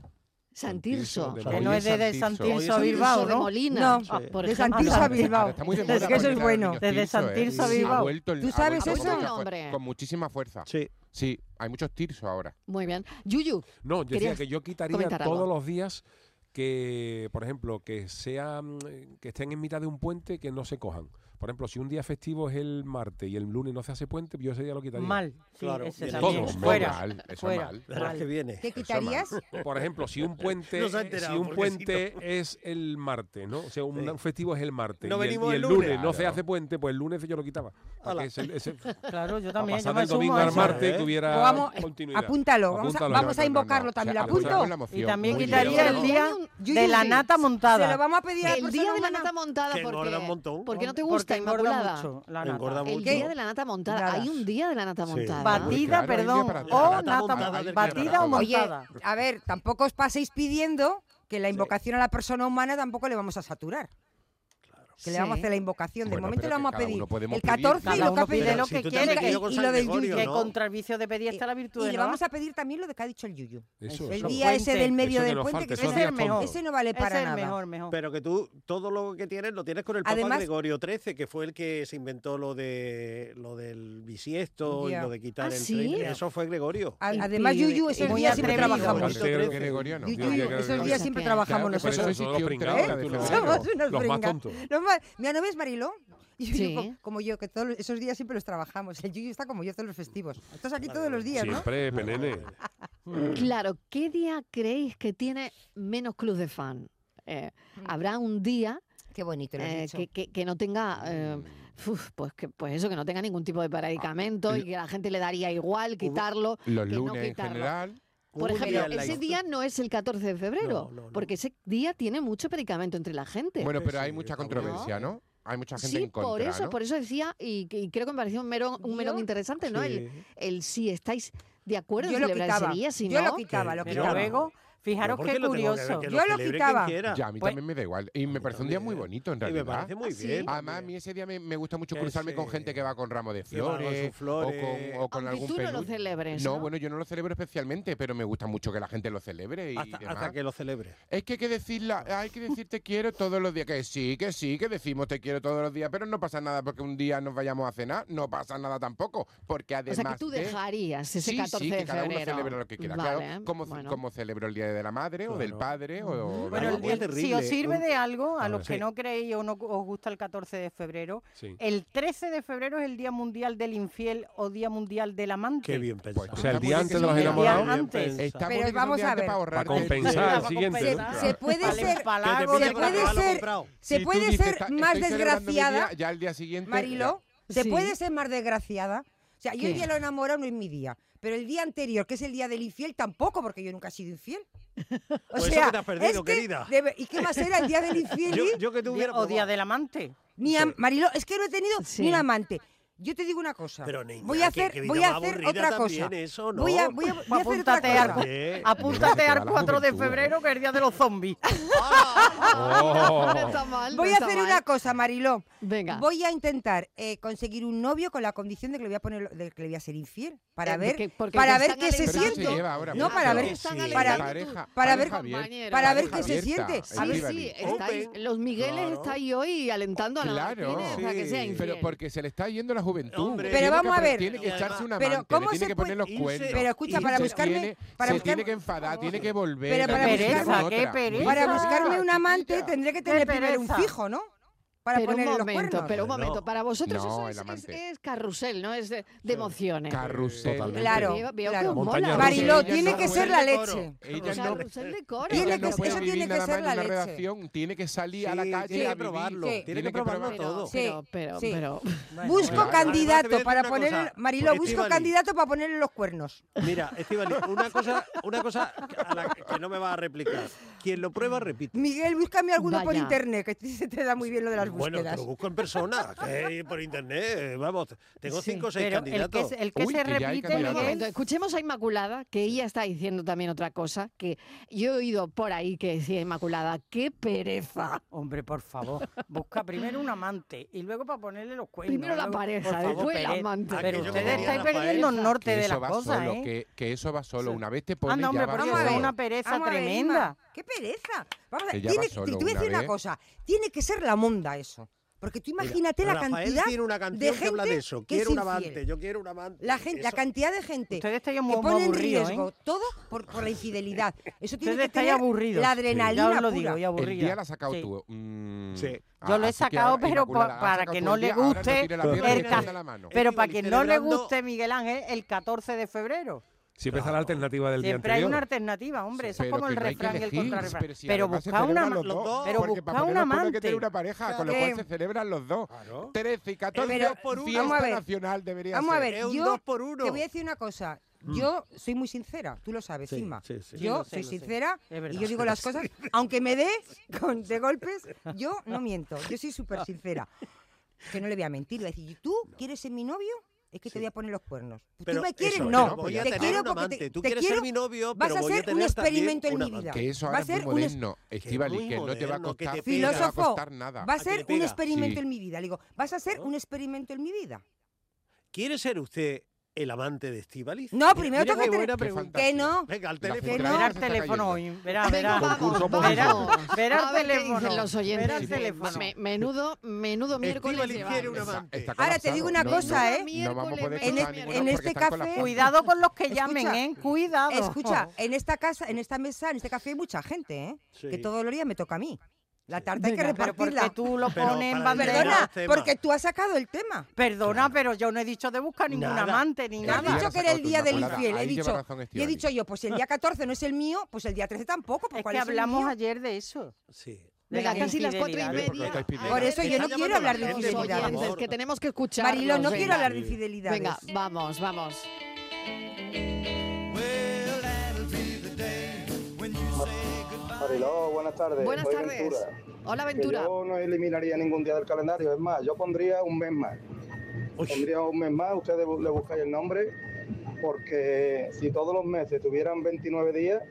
Speaker 1: Santirso.
Speaker 5: de
Speaker 7: que
Speaker 5: Hoy
Speaker 7: no
Speaker 5: es
Speaker 7: es de, de
Speaker 5: San
Speaker 7: San
Speaker 5: Tirso.
Speaker 7: Tirso a
Speaker 9: Hoy es
Speaker 7: Bilbao,
Speaker 1: de
Speaker 7: ¿no?
Speaker 1: Molina,
Speaker 8: No,
Speaker 1: por
Speaker 8: de
Speaker 1: ejemplo.
Speaker 8: Santirso a
Speaker 5: Ahora- ahora
Speaker 8: Bilbao.
Speaker 5: está muy de
Speaker 8: Es
Speaker 5: moda
Speaker 8: que eso es
Speaker 5: poner
Speaker 8: bueno.
Speaker 5: los niños
Speaker 7: Desde San
Speaker 5: ¿eh?
Speaker 7: Tirso a
Speaker 5: Sí, ha
Speaker 7: Bilbao.
Speaker 5: vuelto el-
Speaker 8: ¿Tú
Speaker 5: ha
Speaker 8: sabes
Speaker 5: vuelto con
Speaker 1: eso?
Speaker 5: mucha fu-
Speaker 1: Hombre.
Speaker 5: Con muchísima fuerza.
Speaker 9: Sí.
Speaker 5: Sí, hay muchos Tirso ahora.
Speaker 1: Muy bien. Yuyu,
Speaker 6: No, yo decía
Speaker 1: ¿Querías
Speaker 6: que yo quitaría
Speaker 1: comentar algo?
Speaker 6: todos los días que, por ejemplo, que sean, que estén en mitad de un puente que no se cojan. Por ejemplo, si un día festivo es el martes y el lunes no se hace puente, yo ese día lo quitaría.
Speaker 7: Mal, sí,
Speaker 9: Claro,
Speaker 7: ese
Speaker 9: bien.
Speaker 7: también.
Speaker 6: Todos,
Speaker 7: fuera,
Speaker 5: mal, eso es
Speaker 7: fuera,
Speaker 5: mal.
Speaker 9: Verás que viene.
Speaker 8: ¿Qué quitarías?
Speaker 6: Por ejemplo, si un puente,
Speaker 9: No se ha
Speaker 6: si
Speaker 9: enterado,
Speaker 6: un puente
Speaker 9: pobrecito.
Speaker 6: es el martes, ¿no? O sea, un
Speaker 9: Sí.
Speaker 6: festivo es el martes
Speaker 9: No
Speaker 6: y, el,
Speaker 9: venimos
Speaker 6: y
Speaker 9: el
Speaker 6: el lunes,
Speaker 9: lunes.
Speaker 6: no se
Speaker 9: Claro.
Speaker 6: hace puente, pues el lunes yo lo quitaba. Para
Speaker 9: Ala.
Speaker 6: que ese- ese-
Speaker 7: Claro, yo
Speaker 6: para
Speaker 7: también. Yo
Speaker 6: pasar
Speaker 7: me
Speaker 6: del domingo
Speaker 7: sumo a
Speaker 6: al
Speaker 7: eso.
Speaker 6: martes que
Speaker 8: Pues
Speaker 6: hubiera
Speaker 8: vamos,
Speaker 6: continuidad.
Speaker 8: apúntalo, vamos a-
Speaker 6: eh, Apúntalo.
Speaker 8: vamos a
Speaker 6: No, no, no,
Speaker 8: invocarlo
Speaker 6: no.
Speaker 8: también,
Speaker 5: O sea,
Speaker 8: ¿lo apunto?
Speaker 5: apuntamos la moción.
Speaker 7: Y también
Speaker 5: Muy
Speaker 7: quitaría
Speaker 5: bien.
Speaker 7: el día
Speaker 8: Yuyu,
Speaker 7: de la nata
Speaker 8: Se lo
Speaker 7: montada.
Speaker 8: vamos a pedir a la
Speaker 1: el día
Speaker 8: persona
Speaker 1: de la
Speaker 8: humana.
Speaker 1: nata montada,
Speaker 9: Que engorda un
Speaker 1: porque,
Speaker 9: montón.
Speaker 1: porque no te
Speaker 7: Porque
Speaker 1: gusta,
Speaker 7: engorda
Speaker 1: Inmaculada.
Speaker 7: mucho la nata.
Speaker 9: Engorda
Speaker 1: El
Speaker 9: mucho.
Speaker 1: día de la nata montada.
Speaker 8: Nada.
Speaker 1: Hay un día de la nata
Speaker 9: Sí.
Speaker 1: montada.
Speaker 5: Uy,
Speaker 7: Batida,
Speaker 5: claro, hay
Speaker 7: perdón, Oh,
Speaker 5: día para todo.
Speaker 7: o
Speaker 9: Nata
Speaker 7: nata
Speaker 9: montada
Speaker 7: montada.
Speaker 9: del día
Speaker 7: Batida
Speaker 9: para
Speaker 7: o
Speaker 9: todo.
Speaker 8: Oye,
Speaker 7: montada.
Speaker 8: a ver, tampoco os paséis pidiendo que la invocación a la persona humana tampoco le vamos a saturar. que le vamos a hacer la invocación. De
Speaker 5: Bueno,
Speaker 8: momento
Speaker 5: pero que
Speaker 8: le vamos a
Speaker 5: cada
Speaker 8: pedir
Speaker 5: uno podemos
Speaker 8: el
Speaker 5: pedir.
Speaker 8: 14 y
Speaker 5: Cada
Speaker 8: lo que ha
Speaker 5: uno pide
Speaker 8: pedido-
Speaker 5: lo que Si tú quiere, también que- quedó con
Speaker 8: y
Speaker 5: San
Speaker 8: lo del
Speaker 5: Gregorio,
Speaker 8: yuyu.
Speaker 5: ¿no?
Speaker 7: Contra el vicio de pedía está la virtud
Speaker 8: Y
Speaker 7: de
Speaker 8: le
Speaker 7: no
Speaker 8: vamos a pedir también lo de que ha dicho el yuyu.
Speaker 6: Eso,
Speaker 8: el
Speaker 6: eso.
Speaker 8: día ese
Speaker 6: Puente.
Speaker 8: del medio
Speaker 6: Eso que
Speaker 8: del
Speaker 6: nos
Speaker 8: puente,
Speaker 6: falta,
Speaker 8: que
Speaker 6: esos
Speaker 8: ese
Speaker 6: días
Speaker 8: es el mejor.
Speaker 6: tontos.
Speaker 8: Ese no vale
Speaker 7: Ese
Speaker 8: para
Speaker 7: es el
Speaker 8: nada.
Speaker 7: mejor, mejor.
Speaker 9: Pero que tú todo lo que tienes lo tienes con el Papa
Speaker 8: Además-
Speaker 9: Gregorio XIII, que fue el que se inventó lo de lo del bisiesto
Speaker 8: Ya.
Speaker 9: y lo de quitar
Speaker 8: ¿Ah,
Speaker 9: el
Speaker 8: sí?
Speaker 9: tren. Eso fue Gregorio.
Speaker 8: A- Además, Yuyu, esos días siempre trabajamos
Speaker 5: Antes
Speaker 8: nosotros.
Speaker 5: de Gregorio no.
Speaker 8: Yuyu,
Speaker 5: Antes de
Speaker 8: esos
Speaker 5: Gregorio.
Speaker 8: días siempre
Speaker 5: O sea que-
Speaker 8: trabajamos
Speaker 5: Claro que por eso
Speaker 8: nosotros. ¿Eh?
Speaker 5: existió un
Speaker 6: pringados,
Speaker 5: tren
Speaker 6: tú
Speaker 5: de
Speaker 6: lo
Speaker 5: febrero.
Speaker 8: Somos unos
Speaker 6: Los más
Speaker 8: pringas.
Speaker 6: tontos.
Speaker 8: Los más- Mira, ¿no ves, Mariló? Y yo
Speaker 1: Sí.
Speaker 8: co- como yo, que todos los- esos días siempre los trabajamos. El Yuyu está como yo todos los festivos. Estás aquí todos los días, ¿no?
Speaker 6: Siempre, penene.
Speaker 8: Mm.
Speaker 1: Claro, ¿qué día creéis que tiene menos club de fan? Eh, ¿Habrá un día
Speaker 8: Mm. Qué bonito lo has
Speaker 1: eh,
Speaker 8: dicho.
Speaker 1: que, que- que no tenga, eh, uf, pues, que, pues eso, que no tenga ningún tipo de predicamento y que la gente le daría igual quitarlo?
Speaker 5: Los
Speaker 1: que no
Speaker 5: lunes en
Speaker 1: quitarlo?
Speaker 5: general.
Speaker 1: Por
Speaker 9: Hubo un
Speaker 1: ejemplo,
Speaker 9: día en la
Speaker 1: ese
Speaker 9: histo-
Speaker 1: día no es el 14 de febrero,
Speaker 9: No, no, no.
Speaker 1: porque ese día tiene mucho predicamento entre la gente.
Speaker 5: Bueno, pero hay
Speaker 9: Sí,
Speaker 5: mucha
Speaker 9: está bueno.
Speaker 5: controversia, ¿no? Hay mucha gente
Speaker 1: sí,
Speaker 5: en contra,
Speaker 1: por eso,
Speaker 5: ¿no?
Speaker 1: por eso decía, y, que- y creo que me pareció un melón, un melón
Speaker 8: Yo-
Speaker 1: interesante, ¿no? El,
Speaker 9: Sí.
Speaker 1: el si estáis de acuerdo
Speaker 8: Yo
Speaker 1: en
Speaker 8: lo
Speaker 1: celebrar
Speaker 8: quitaba.
Speaker 1: ese día, si
Speaker 8: Yo
Speaker 1: no,
Speaker 8: lo quitaba, lo
Speaker 9: Que
Speaker 7: Pero
Speaker 9: no.
Speaker 8: quitaba.
Speaker 7: luego, fijaros
Speaker 9: ¿Por
Speaker 7: qué
Speaker 9: qué lo tengo que ver?
Speaker 7: curioso.
Speaker 9: Que
Speaker 8: Yo lo
Speaker 9: celebre quien
Speaker 8: quitaba.
Speaker 9: quiera.
Speaker 5: Ya, a mí
Speaker 7: Pues-
Speaker 5: también me da igual. Y me parece un día muy bonito, en
Speaker 9: Y
Speaker 5: realidad.
Speaker 9: me parece muy bien. Eh,
Speaker 5: Además, a mí ese día me, me gusta mucho
Speaker 9: Que
Speaker 5: cruzarme con
Speaker 9: se-
Speaker 5: gente que va con ramo de
Speaker 9: que va con sus
Speaker 5: flores,
Speaker 9: flores.
Speaker 5: o con, o con
Speaker 1: Aunque
Speaker 5: algún
Speaker 1: tú no lo
Speaker 5: peluche.
Speaker 1: celebres,
Speaker 5: No,
Speaker 1: ¿no?
Speaker 5: bueno, yo no lo celebro especialmente, pero me gusta mucho que la gente lo celebre y
Speaker 9: hasta,
Speaker 5: demás.
Speaker 9: hasta que lo celebre.
Speaker 5: Es que hay que decirla, hay que decir te quiero todos los días. Que sí, que sí, que decimos te quiero todos los días, pero no pasa nada porque un día nos vayamos a cenar, no pasa nada tampoco, porque
Speaker 1: o
Speaker 5: además
Speaker 1: sea, que tú
Speaker 5: de-
Speaker 1: dejarías ese
Speaker 5: sí,
Speaker 1: 14
Speaker 5: sí,
Speaker 1: de
Speaker 5: que cada uno
Speaker 1: febrero.
Speaker 5: celebra lo que quiera,
Speaker 1: Vale,
Speaker 5: claro, como,
Speaker 1: bueno.
Speaker 5: como celebro el día de la madre o del
Speaker 9: Claro.
Speaker 5: padre o, o de
Speaker 7: Bueno,
Speaker 5: la
Speaker 9: Un
Speaker 7: el-
Speaker 9: día
Speaker 7: el-
Speaker 5: abuela.
Speaker 7: si os
Speaker 9: terrible,
Speaker 7: sirve
Speaker 9: un-
Speaker 7: de algo, a
Speaker 6: A
Speaker 7: los
Speaker 6: ver,
Speaker 7: que
Speaker 6: sí.
Speaker 7: no creéis o no os gusta el 14 de febrero,
Speaker 6: Sí.
Speaker 7: el 13 de febrero es el Día Mundial del Infiel o Día Mundial del Amante.
Speaker 9: Qué bien pensado.
Speaker 5: O
Speaker 6: Pues, sea, el
Speaker 5: Está
Speaker 6: día
Speaker 5: muy
Speaker 6: antes de
Speaker 5: bien
Speaker 6: los
Speaker 5: que se
Speaker 7: llame
Speaker 6: enamorados.
Speaker 7: antes.
Speaker 9: Bien pensado.
Speaker 5: Está
Speaker 8: Pero
Speaker 5: bonito
Speaker 8: vamos
Speaker 5: un día
Speaker 8: a
Speaker 5: antes
Speaker 8: ver.
Speaker 5: para ahorrar
Speaker 6: Para compensar el siguiente.
Speaker 8: Se,
Speaker 6: ¿no?
Speaker 8: se puede
Speaker 7: Vale,
Speaker 8: ser,
Speaker 7: empalago,
Speaker 9: Que te
Speaker 8: se
Speaker 9: pide para
Speaker 8: puede
Speaker 9: regalo
Speaker 8: ser,
Speaker 9: comprado.
Speaker 8: se
Speaker 5: Si tú
Speaker 8: puede
Speaker 5: dices,
Speaker 8: ser
Speaker 5: "Está-
Speaker 8: más
Speaker 5: estoy celebrando mi día",
Speaker 8: desgraciada,
Speaker 5: ya el día siguiente.
Speaker 8: Mariló, se
Speaker 1: Sí.
Speaker 8: puede ser más desgraciada. O sea, yo
Speaker 1: ¿Qué?
Speaker 8: el día de lo enamorado no es mi día, pero el día anterior, que es el día del infiel, tampoco, porque yo nunca he sido infiel. O
Speaker 9: Pues eso
Speaker 8: sea,
Speaker 9: que te has perdido,
Speaker 8: es que
Speaker 9: querida.
Speaker 8: debe- ¿Y qué más era el día del infiel?
Speaker 9: Yo,
Speaker 8: ¿eh?
Speaker 9: yo que te
Speaker 7: Día-
Speaker 9: hubiera
Speaker 7: o Día
Speaker 9: probado.
Speaker 7: del Amante.
Speaker 8: Ni am- Mariló, es que no he tenido
Speaker 1: Sí.
Speaker 8: ni un amante. Yo te digo una cosa.
Speaker 9: Pero, niña,
Speaker 8: voy a
Speaker 9: que-
Speaker 8: hacer,
Speaker 9: que vida
Speaker 8: voy a
Speaker 9: más
Speaker 8: hacer
Speaker 9: aburrida
Speaker 8: otra
Speaker 9: también,
Speaker 8: cosa.
Speaker 9: eso, ¿no?
Speaker 8: Voy a, voy a- voy a hacer otra
Speaker 7: Apúntate
Speaker 8: cosa.
Speaker 7: al,
Speaker 9: cosa. Bien.
Speaker 7: apúntate
Speaker 5: Mira, se te va
Speaker 7: al
Speaker 5: la
Speaker 7: 4 de
Speaker 5: juventud, ¿eh?
Speaker 7: febrero, que es el Día de los Zombies.
Speaker 5: Oh.
Speaker 1: No está mal, no
Speaker 8: Voy a
Speaker 1: está
Speaker 8: hacer
Speaker 1: mal.
Speaker 8: una cosa, Mariló.
Speaker 1: Venga.
Speaker 8: Voy a intentar eh, conseguir un novio con la condición de que le voy a poner, de que le voy a ser infiel, para
Speaker 1: Eh,
Speaker 8: ver,
Speaker 1: porque- porque
Speaker 8: para
Speaker 1: te
Speaker 8: ver
Speaker 1: están
Speaker 8: qué se
Speaker 5: Pero eso
Speaker 1: alentando.
Speaker 8: siente.
Speaker 5: se lleva ahora.
Speaker 8: no,
Speaker 5: mucho.
Speaker 8: para ver,
Speaker 1: Están
Speaker 9: Sí.
Speaker 8: para,
Speaker 1: alentando
Speaker 5: Pareja-
Speaker 8: para
Speaker 5: pareja
Speaker 8: ver,
Speaker 5: abierta,
Speaker 8: para ver
Speaker 5: pareja
Speaker 8: qué se
Speaker 5: abierta,
Speaker 8: siente.
Speaker 5: sí,
Speaker 8: A
Speaker 1: Sí,
Speaker 8: ver,
Speaker 5: Estíbaliz.
Speaker 1: sí, estáis,
Speaker 9: Open.
Speaker 1: los Migueles
Speaker 9: Claro.
Speaker 1: estáis hoy alentando a la
Speaker 5: Claro.
Speaker 1: Martínez a que sea
Speaker 9: Sí.
Speaker 1: infiel.
Speaker 5: Pero porque se le está yendo la juventud.
Speaker 9: Hombre.
Speaker 8: Pero
Speaker 5: Tiene
Speaker 8: vamos
Speaker 5: que
Speaker 8: a
Speaker 5: poner-
Speaker 8: ver.
Speaker 5: Tiene que
Speaker 9: Y además-
Speaker 5: echarse un
Speaker 8: pero
Speaker 5: amante.
Speaker 8: ¿cómo
Speaker 5: le tiene
Speaker 8: se
Speaker 5: que
Speaker 8: puede
Speaker 5: poner los
Speaker 9: irse?
Speaker 5: cuernos.
Speaker 8: Pero escucha,
Speaker 5: Y
Speaker 8: para
Speaker 5: se
Speaker 8: buscarme-
Speaker 5: tiene-
Speaker 8: para
Speaker 5: se
Speaker 8: buscar-
Speaker 5: tiene que enfadar, tiene que volver.
Speaker 8: Pero
Speaker 5: la
Speaker 8: para
Speaker 5: tiene que
Speaker 8: pereza,
Speaker 5: buscar
Speaker 7: qué
Speaker 5: otra.
Speaker 7: pereza.
Speaker 8: para
Speaker 7: Esa-
Speaker 8: buscarme un
Speaker 5: chiquilla.
Speaker 8: amante tendré que tener primero un
Speaker 7: pereza.
Speaker 8: fijo, ¿no? Para
Speaker 1: Pero un
Speaker 8: ponerle los
Speaker 1: momento,
Speaker 8: cuernos.
Speaker 1: pero un
Speaker 9: Pero no.
Speaker 1: momento. Para vosotros
Speaker 5: No,
Speaker 1: eso
Speaker 5: el
Speaker 1: es, es-
Speaker 5: amante.
Speaker 1: es carrusel, ¿no? Es de, de emociones.
Speaker 5: Carrusel.
Speaker 6: Totalmente.
Speaker 8: Claro,
Speaker 1: Veo- veo que
Speaker 8: claro.
Speaker 1: os mola.
Speaker 6: Montaña rusa.
Speaker 8: Mariló,
Speaker 5: Ella
Speaker 8: tiene
Speaker 5: no
Speaker 8: que
Speaker 5: puede
Speaker 8: ser la
Speaker 9: de coro.
Speaker 8: leche.
Speaker 5: Ella no,
Speaker 1: Carrusel de coro.
Speaker 8: Tiene
Speaker 5: ella
Speaker 8: que-
Speaker 5: no
Speaker 8: eso
Speaker 5: puede
Speaker 8: tiene
Speaker 5: vivir
Speaker 8: que
Speaker 5: nada
Speaker 8: ser
Speaker 5: más en
Speaker 8: la
Speaker 5: una
Speaker 8: leche.
Speaker 5: redacción. Tiene que salir a la
Speaker 9: Sí,
Speaker 5: calle
Speaker 9: tiene
Speaker 5: a
Speaker 9: que
Speaker 5: vivir.
Speaker 9: probarlo, tiene que probarlo
Speaker 5: probarlo.
Speaker 9: todo.
Speaker 1: Pero,
Speaker 8: Sí,
Speaker 1: pero,
Speaker 8: sí.
Speaker 1: pero,
Speaker 8: Busco
Speaker 5: Claro.
Speaker 9: Además, te voy
Speaker 8: candidato
Speaker 9: a
Speaker 8: para
Speaker 9: decir una
Speaker 8: poner,
Speaker 9: cosa.
Speaker 8: Mariló,
Speaker 9: Porque
Speaker 8: busco
Speaker 9: Estíbaliz-
Speaker 8: candidato para ponerle los cuernos.
Speaker 9: Mira, Estivali, una cosa, una cosa a la que no me va a replicar. Quien lo prueba, repite.
Speaker 8: Miguel, búscame alguno por
Speaker 1: Vaya.
Speaker 8: internet, que se te da muy bien lo de las
Speaker 9: Bueno, te
Speaker 8: búsquedas.
Speaker 9: lo busco en persona, que por internet, eh, vamos, tengo
Speaker 1: Sí,
Speaker 9: cinco o seis
Speaker 7: Pero el que,
Speaker 9: candidatos.
Speaker 7: se- el que
Speaker 5: Uy,
Speaker 7: se
Speaker 5: que ya hay
Speaker 7: repite,
Speaker 1: Bueno, un
Speaker 5: candidatos.
Speaker 7: Miguel,
Speaker 1: momento, escuchemos a Inmaculada, que ella está diciendo también otra cosa, que yo he oído por ahí que decía Inmaculada, qué pereza.
Speaker 7: Hombre, por favor, busca primero un amante y luego para ponerle los cuernos.
Speaker 1: Primero la
Speaker 7: luego-
Speaker 1: pareja,
Speaker 7: por favor,
Speaker 1: después el
Speaker 7: Pérez,
Speaker 1: amante.
Speaker 7: Pero
Speaker 9: Aquello que
Speaker 7: ustedes
Speaker 9: tenía
Speaker 7: estáis
Speaker 9: Rafael,
Speaker 7: perdiendo el norte
Speaker 5: Que
Speaker 7: de
Speaker 5: eso
Speaker 7: las
Speaker 5: va
Speaker 7: cosas,
Speaker 5: solo,
Speaker 7: ¿eh?
Speaker 5: que, que eso va solo. Una vez te
Speaker 7: Ah,
Speaker 5: pones
Speaker 7: no, hombre,
Speaker 5: ya
Speaker 7: por
Speaker 5: va
Speaker 8: Vamos a
Speaker 7: Dios,
Speaker 8: ver.
Speaker 5: solo.
Speaker 7: una pereza
Speaker 8: Vamos a ver,
Speaker 7: tremenda.
Speaker 8: Inma, ¡Qué pereza! Vamos a ver,
Speaker 5: Ella va
Speaker 8: tiene-
Speaker 5: solo
Speaker 8: te voy a
Speaker 5: una
Speaker 8: decir una
Speaker 5: vez.
Speaker 8: cosa. Tiene que ser la monda eso. Porque tú imagínate
Speaker 9: Mira,
Speaker 8: la
Speaker 9: Rafael
Speaker 8: cantidad
Speaker 9: tiene una
Speaker 8: de
Speaker 9: canción
Speaker 8: gente
Speaker 9: que habla de eso.
Speaker 8: que es
Speaker 9: Quiero un
Speaker 8: infiel.
Speaker 9: amante, yo quiero un amante.
Speaker 8: La, gente, la
Speaker 9: Eso-
Speaker 8: cantidad de gente
Speaker 7: Ustedes estáis muy
Speaker 8: que pone en
Speaker 7: aburridos,
Speaker 8: riesgo
Speaker 7: ¿eh?
Speaker 8: todo por, por la infidelidad. Eso tiene
Speaker 7: Ustedes
Speaker 8: que
Speaker 7: estáis
Speaker 8: tener
Speaker 7: aburridos.
Speaker 8: la
Speaker 7: Ya
Speaker 8: adrenalina
Speaker 7: os lo
Speaker 8: pura.
Speaker 7: digo, ya
Speaker 5: El día la
Speaker 7: aburrida.
Speaker 5: has sacado
Speaker 7: Sí.
Speaker 5: tú. mm,
Speaker 9: Sí.
Speaker 7: Yo lo he
Speaker 5: así que
Speaker 7: sacado,
Speaker 5: ahora,
Speaker 7: pero pa-
Speaker 5: Inmaculada, has
Speaker 7: para
Speaker 5: sacado
Speaker 7: que
Speaker 5: tú
Speaker 7: no
Speaker 5: el
Speaker 7: le
Speaker 5: día, ahora te
Speaker 7: guste
Speaker 5: tira la piedra y
Speaker 9: el
Speaker 5: le corta
Speaker 9: ca-
Speaker 5: la mano.
Speaker 7: Pero para
Speaker 9: Estíbaliz,
Speaker 7: quien no le
Speaker 9: celebrando-
Speaker 7: guste, Miguel Ángel, el 14 de febrero.
Speaker 6: Siempre está la alternativa del día
Speaker 7: Siempre hay
Speaker 6: anterior.
Speaker 7: una alternativa, hombre. Eso es
Speaker 5: Pero
Speaker 7: como
Speaker 5: que
Speaker 7: el
Speaker 5: no hay que
Speaker 7: refrán y el
Speaker 5: elegir,
Speaker 7: contrarrefrán. Pero,
Speaker 5: si además se
Speaker 7: busca una
Speaker 5: celebran
Speaker 7: ama-
Speaker 5: los
Speaker 9: los
Speaker 5: dos,
Speaker 9: dos,
Speaker 7: pero
Speaker 5: porque
Speaker 7: busca
Speaker 5: para
Speaker 7: un
Speaker 5: ponerlos todos hay que
Speaker 7: amante.
Speaker 5: tener una pareja, con lo
Speaker 8: Claro.
Speaker 5: cual se celebran los dos.
Speaker 9: Claro.
Speaker 5: 13 y 14
Speaker 8: Pero-
Speaker 5: por
Speaker 8: Vamos
Speaker 5: fiesta
Speaker 8: a ver.
Speaker 5: nacional debería
Speaker 8: Vamos a
Speaker 5: ser.
Speaker 8: ver,
Speaker 9: Es ¿eh? un
Speaker 8: yo
Speaker 9: dos por uno. Mm.
Speaker 8: te voy a decir una cosa. Yo soy muy sincera, tú lo sabes,
Speaker 9: Sí,
Speaker 8: Inma.
Speaker 9: sí, sí.
Speaker 7: Sí,
Speaker 8: Yo
Speaker 7: lo sé,
Speaker 8: soy
Speaker 7: lo sé.
Speaker 8: sincera
Speaker 7: Es verdad.
Speaker 8: y yo digo las cosas, aunque me dé con, de golpes, yo no miento, yo soy súper sincera. Que no le voy a mentir, le voy a decir, ¿y tú quieres ser mi novio? es que te voy a poner los cuernos.
Speaker 9: Pero
Speaker 8: tú me quieres,
Speaker 9: eso,
Speaker 8: no.
Speaker 9: pero voy a
Speaker 8: te
Speaker 9: tener
Speaker 8: quiero
Speaker 9: un
Speaker 8: porque
Speaker 9: amante.
Speaker 8: te,
Speaker 9: Tú
Speaker 8: te
Speaker 9: quieres
Speaker 8: quiero-
Speaker 9: ser mi novio,
Speaker 8: vas
Speaker 9: pero voy a
Speaker 8: a ser un
Speaker 9: tener también
Speaker 8: experimento en
Speaker 9: un
Speaker 8: mi
Speaker 9: amante.
Speaker 8: vida.
Speaker 5: Que eso
Speaker 8: Va
Speaker 5: ahora
Speaker 8: a
Speaker 5: es muy
Speaker 8: ser un es-
Speaker 5: moderno, Estivali, que no te va a
Speaker 9: moderno, que te
Speaker 5: costar,
Speaker 9: pega.
Speaker 5: no te va a
Speaker 8: Filósofo,
Speaker 5: costar nada.
Speaker 8: Va a
Speaker 9: ¿A que
Speaker 8: ser
Speaker 9: le
Speaker 8: un
Speaker 9: pega?
Speaker 8: experimento
Speaker 5: Sí.
Speaker 8: en mi vida. Le digo, vas a ser un experimento en mi vida.
Speaker 9: ¿Quiere ser usted el amante de Estivaliz?
Speaker 8: No, primero tengo que tener-
Speaker 5: pregunta.
Speaker 8: Que no.
Speaker 9: Venga, al
Speaker 5: La
Speaker 9: teléfono.
Speaker 8: no.
Speaker 7: Verá el
Speaker 5: se está
Speaker 7: teléfono
Speaker 5: cayendo.
Speaker 7: hoy. Verá,
Speaker 1: Venga,
Speaker 7: verá.
Speaker 1: vamos,
Speaker 5: Concurso
Speaker 7: Verá,
Speaker 1: vamos.
Speaker 7: verá
Speaker 1: A ver
Speaker 7: el
Speaker 1: qué
Speaker 7: teléfono.
Speaker 1: dicen los
Speaker 7: Verá
Speaker 1: oyentes.
Speaker 7: el teléfono.
Speaker 1: Me- menudo, menudo miércoles
Speaker 9: Estivaliz quiere
Speaker 1: llevamos.
Speaker 9: un amante.
Speaker 5: Está
Speaker 8: Ahora te digo una
Speaker 5: colapsado.
Speaker 8: cosa, ¿eh?
Speaker 5: No vamos a poder
Speaker 1: En
Speaker 5: escuchar ninguno
Speaker 8: este- en
Speaker 5: porque
Speaker 8: este
Speaker 5: están con la
Speaker 8: café-
Speaker 5: puerta.
Speaker 7: Cuidado con los que llamen,
Speaker 8: Escucha,
Speaker 7: ¿eh? Cuidado.
Speaker 8: Escucha, en esta casa, en esta mesa, en este café hay mucha gente, ¿eh?
Speaker 9: Sí.
Speaker 8: Que todos los días me toca a mí. La tarta hay que
Speaker 7: Venga, pero
Speaker 8: repartirla.
Speaker 7: porque tú lo
Speaker 9: Pero
Speaker 7: pones en
Speaker 9: para
Speaker 7: bandera.
Speaker 9: llegar
Speaker 8: Perdona,
Speaker 9: Los temas.
Speaker 8: porque tú has sacado el tema.
Speaker 7: Perdona, pero yo no he dicho de buscar ningún
Speaker 9: Nada.
Speaker 7: amante ni
Speaker 5: El
Speaker 8: He
Speaker 5: día
Speaker 7: nada.
Speaker 5: de
Speaker 8: dicho
Speaker 5: la
Speaker 8: que era el día del
Speaker 5: Inmaculada,
Speaker 8: infiel. He
Speaker 5: ahí lleva
Speaker 8: dicho,
Speaker 5: razón este
Speaker 8: y he
Speaker 5: Estíbaliz.
Speaker 8: dicho yo, pues el día 14 no es el mío, pues el día 13 tampoco. Pues
Speaker 7: Es
Speaker 8: ¿cuál
Speaker 7: que
Speaker 8: el
Speaker 7: hablamos
Speaker 8: mío?
Speaker 7: ayer de eso.
Speaker 9: Sí.
Speaker 7: de
Speaker 1: Venga,
Speaker 7: la
Speaker 1: casi las cuatro y
Speaker 7: infidelidad.
Speaker 5: Porque lo
Speaker 1: media.
Speaker 5: estáis pidiendo.
Speaker 1: Por eso
Speaker 8: Está
Speaker 1: yo no
Speaker 8: llamando
Speaker 1: quiero
Speaker 8: a la
Speaker 1: hablar de
Speaker 8: gente, por
Speaker 1: infidelidades,
Speaker 9: favor.
Speaker 1: que tenemos que escuchar.
Speaker 8: Mariló, no quiero
Speaker 9: venga.
Speaker 8: hablar de infidelidades.
Speaker 1: Venga, vamos, vamos.
Speaker 11: Mariló, buenas tardes.
Speaker 1: Buenas
Speaker 11: Soy
Speaker 1: tardes.
Speaker 11: Ventura.
Speaker 1: Hola,
Speaker 11: Que
Speaker 1: Ventura.
Speaker 11: Yo no eliminaría ningún día del calendario. Es más, yo pondría un mes más. Pondría un mes más. Ustedes bu- le buscáis el nombre. Porque si todos los meses tuvieran 29 días,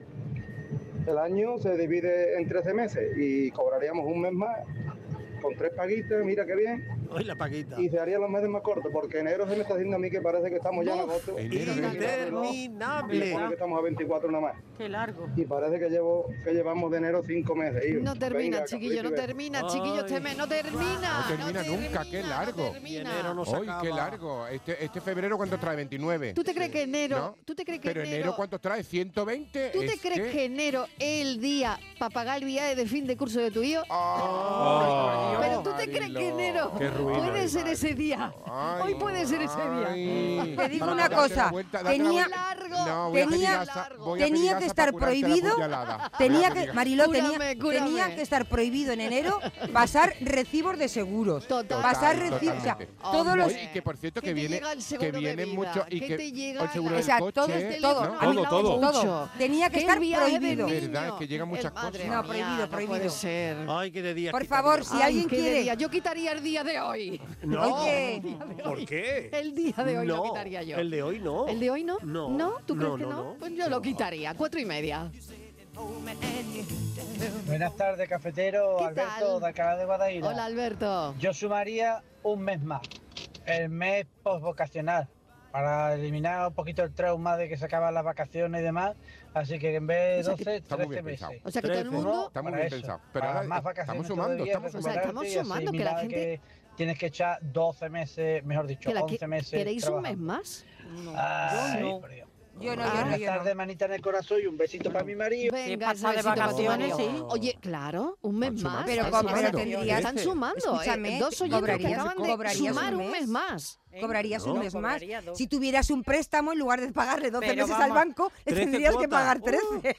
Speaker 11: el año se divide en 13 meses y cobraríamos un mes más con tres paguitas. Mira qué bien.
Speaker 9: Hoy la paquita.
Speaker 11: Y se harían los meses más cortos. Porque enero se me está haciendo a mí que parece que estamos ya en
Speaker 1: Uf.
Speaker 11: agosto.
Speaker 5: Enero,
Speaker 11: Y
Speaker 5: enero.
Speaker 11: se
Speaker 9: Interminable.
Speaker 11: supone que estamos a 24 nada más.
Speaker 7: Qué largo.
Speaker 11: Y parece que llevo que llevamos de enero cinco meses. hijo.
Speaker 1: No termina,
Speaker 11: Venga,
Speaker 1: chiquillo, no
Speaker 11: capricho y beso.
Speaker 1: termina, chiquillo, este
Speaker 9: Ay.
Speaker 1: mes no termina.
Speaker 5: No termina nunca, qué
Speaker 1: Ah, no
Speaker 5: largo.
Speaker 1: termina.
Speaker 9: Y enero no se
Speaker 5: Hoy, qué
Speaker 9: acaba.
Speaker 5: largo. Este, este febrero, ¿cuánto trae? 29.
Speaker 1: ¿Tú te crees que enero?
Speaker 5: ¿No?
Speaker 1: ¿Tú te crees que
Speaker 5: Pero enero, ¿cuánto trae? 120.
Speaker 1: ¿Tú te
Speaker 5: Es
Speaker 1: crees que enero el día para pagar el viaje de fin de curso de tu hijo?
Speaker 5: Ay,
Speaker 1: Pero tú te crees
Speaker 5: Ah. Oh. Mariló.
Speaker 1: que enero
Speaker 5: Qué ruina.
Speaker 1: puede ser ese día.
Speaker 5: Ay,
Speaker 1: Hoy puede ser ese día.
Speaker 5: ay.
Speaker 8: Te digo
Speaker 5: Para
Speaker 8: una
Speaker 5: darte la
Speaker 8: cosa,
Speaker 5: vuelta, darte la
Speaker 8: tenía-
Speaker 5: vuelta.
Speaker 1: Largo,
Speaker 5: No, voy a pedir
Speaker 8: tenía-
Speaker 5: asa- voy a pedir
Speaker 8: Tenía
Speaker 5: asa
Speaker 8: que
Speaker 5: pa'
Speaker 8: estar
Speaker 5: curarte la
Speaker 8: prohibido.
Speaker 5: puñalada. Voy a
Speaker 8: Tenía
Speaker 5: pedir
Speaker 8: que,
Speaker 5: asa.
Speaker 8: Mariló,
Speaker 1: Cúrame,
Speaker 8: tenía,
Speaker 1: cúrame.
Speaker 8: tenía que estar prohibido en enero pasar recibos de seguros.
Speaker 1: Total.
Speaker 8: pasar
Speaker 5: Total,
Speaker 8: recibos. O sea,
Speaker 5: totalmente.
Speaker 8: todos los.
Speaker 5: Oye, y que por cierto
Speaker 1: ¿Qué
Speaker 5: que
Speaker 1: te
Speaker 5: viene
Speaker 1: llega el seguro
Speaker 5: que
Speaker 1: de
Speaker 5: viene
Speaker 1: vida?
Speaker 5: mucho y
Speaker 1: ¿Qué
Speaker 5: que
Speaker 1: te llega
Speaker 5: el seguro
Speaker 1: la-
Speaker 8: O
Speaker 5: del
Speaker 8: sea,
Speaker 5: coche,
Speaker 8: todo es- todo.
Speaker 1: teléfono,
Speaker 5: ¿no?
Speaker 1: han hablado
Speaker 6: todo.
Speaker 1: mucho.
Speaker 8: Todo. Tenía que
Speaker 1: Qué
Speaker 8: estar
Speaker 1: viaje del
Speaker 8: prohibido.
Speaker 1: niño.
Speaker 5: Verdad, que llegan muchas
Speaker 1: El- madre
Speaker 5: cosas.
Speaker 1: mía,
Speaker 8: No, prohibido,
Speaker 1: No puede
Speaker 8: prohibido.
Speaker 1: ser.
Speaker 9: Ay, qué de día.
Speaker 8: Por
Speaker 9: que
Speaker 8: favor,
Speaker 9: tenemos.
Speaker 8: si alguien
Speaker 1: qué de
Speaker 8: quiere-
Speaker 1: día. Yo quitaría el día de hoy.
Speaker 9: No.
Speaker 8: Oye.
Speaker 9: ¿Por qué?
Speaker 1: El día de hoy
Speaker 9: no,
Speaker 1: lo quitaría yo.
Speaker 9: El de hoy no.
Speaker 1: ¿El de hoy no?
Speaker 9: No.
Speaker 1: ¿Tú crees
Speaker 9: No,
Speaker 1: que
Speaker 9: no,
Speaker 1: no?
Speaker 9: no.
Speaker 1: Pues yo lo quitaría. Cuatro y media.
Speaker 12: Buenas tardes, cafetero.
Speaker 1: ¿Qué
Speaker 12: Alberto
Speaker 1: tal?
Speaker 12: de Alcalá de Guadaira.
Speaker 1: Hola, Alberto.
Speaker 12: Yo sumaría un mes más, el mes postvocacional, para eliminar un poquito el trauma de que se acaban las vacaciones y demás. Así que en vez de
Speaker 1: O sea que-
Speaker 12: 12,
Speaker 5: Está muy
Speaker 12: 13
Speaker 5: bien
Speaker 12: meses.
Speaker 5: pensado.
Speaker 1: O sea, que todo el
Speaker 9: Trece.
Speaker 1: mundo...
Speaker 5: Está muy
Speaker 12: Para
Speaker 5: bien
Speaker 12: eso,
Speaker 5: pensado. Pero
Speaker 12: para
Speaker 5: ahora
Speaker 12: más vacaciones
Speaker 5: estamos sumando,
Speaker 12: todavía,
Speaker 5: estamos
Speaker 1: O sea, estamos
Speaker 12: recuperarte y
Speaker 1: sumando que la
Speaker 12: asimilar
Speaker 1: gente-
Speaker 12: que tienes que echar 12 meses, mejor dicho,
Speaker 1: que la que-
Speaker 12: 11 meses
Speaker 1: ¿Queréis un
Speaker 12: trabajando.
Speaker 1: mes más?
Speaker 12: Ay,
Speaker 7: Yo no.
Speaker 12: por Dios.
Speaker 8: Yo no, yo no,
Speaker 12: Buenas
Speaker 8: yo no.
Speaker 12: tardes, manita en el corazón y un besito para mi marido.
Speaker 1: Venga,
Speaker 7: pasa de
Speaker 1: besito para tu
Speaker 7: vacaciones,
Speaker 1: marido.
Speaker 7: sí.
Speaker 1: Oye, claro, un mes
Speaker 5: Están
Speaker 1: más.
Speaker 5: sumando,
Speaker 1: están
Speaker 8: Pero con-
Speaker 1: sumando.
Speaker 8: pero tendrías-
Speaker 1: Están sumando.
Speaker 8: Escúchame,
Speaker 1: eh, dos oyentes que
Speaker 8: cobrarías-
Speaker 1: acaban de
Speaker 8: cobrarías
Speaker 1: sumar
Speaker 8: un
Speaker 1: un mes
Speaker 8: mes.
Speaker 1: más.
Speaker 7: ¿Eh?
Speaker 8: Cobrarías un
Speaker 7: No,
Speaker 8: mes más.
Speaker 7: cobraría dos.
Speaker 8: Si tuvieras un préstamo, en lugar de pagarle 12
Speaker 7: Pero
Speaker 8: meses al
Speaker 7: vamos.
Speaker 8: banco, le
Speaker 9: 13
Speaker 8: tendrías que
Speaker 9: cuotas.
Speaker 8: pagar
Speaker 9: Uh.
Speaker 8: 13.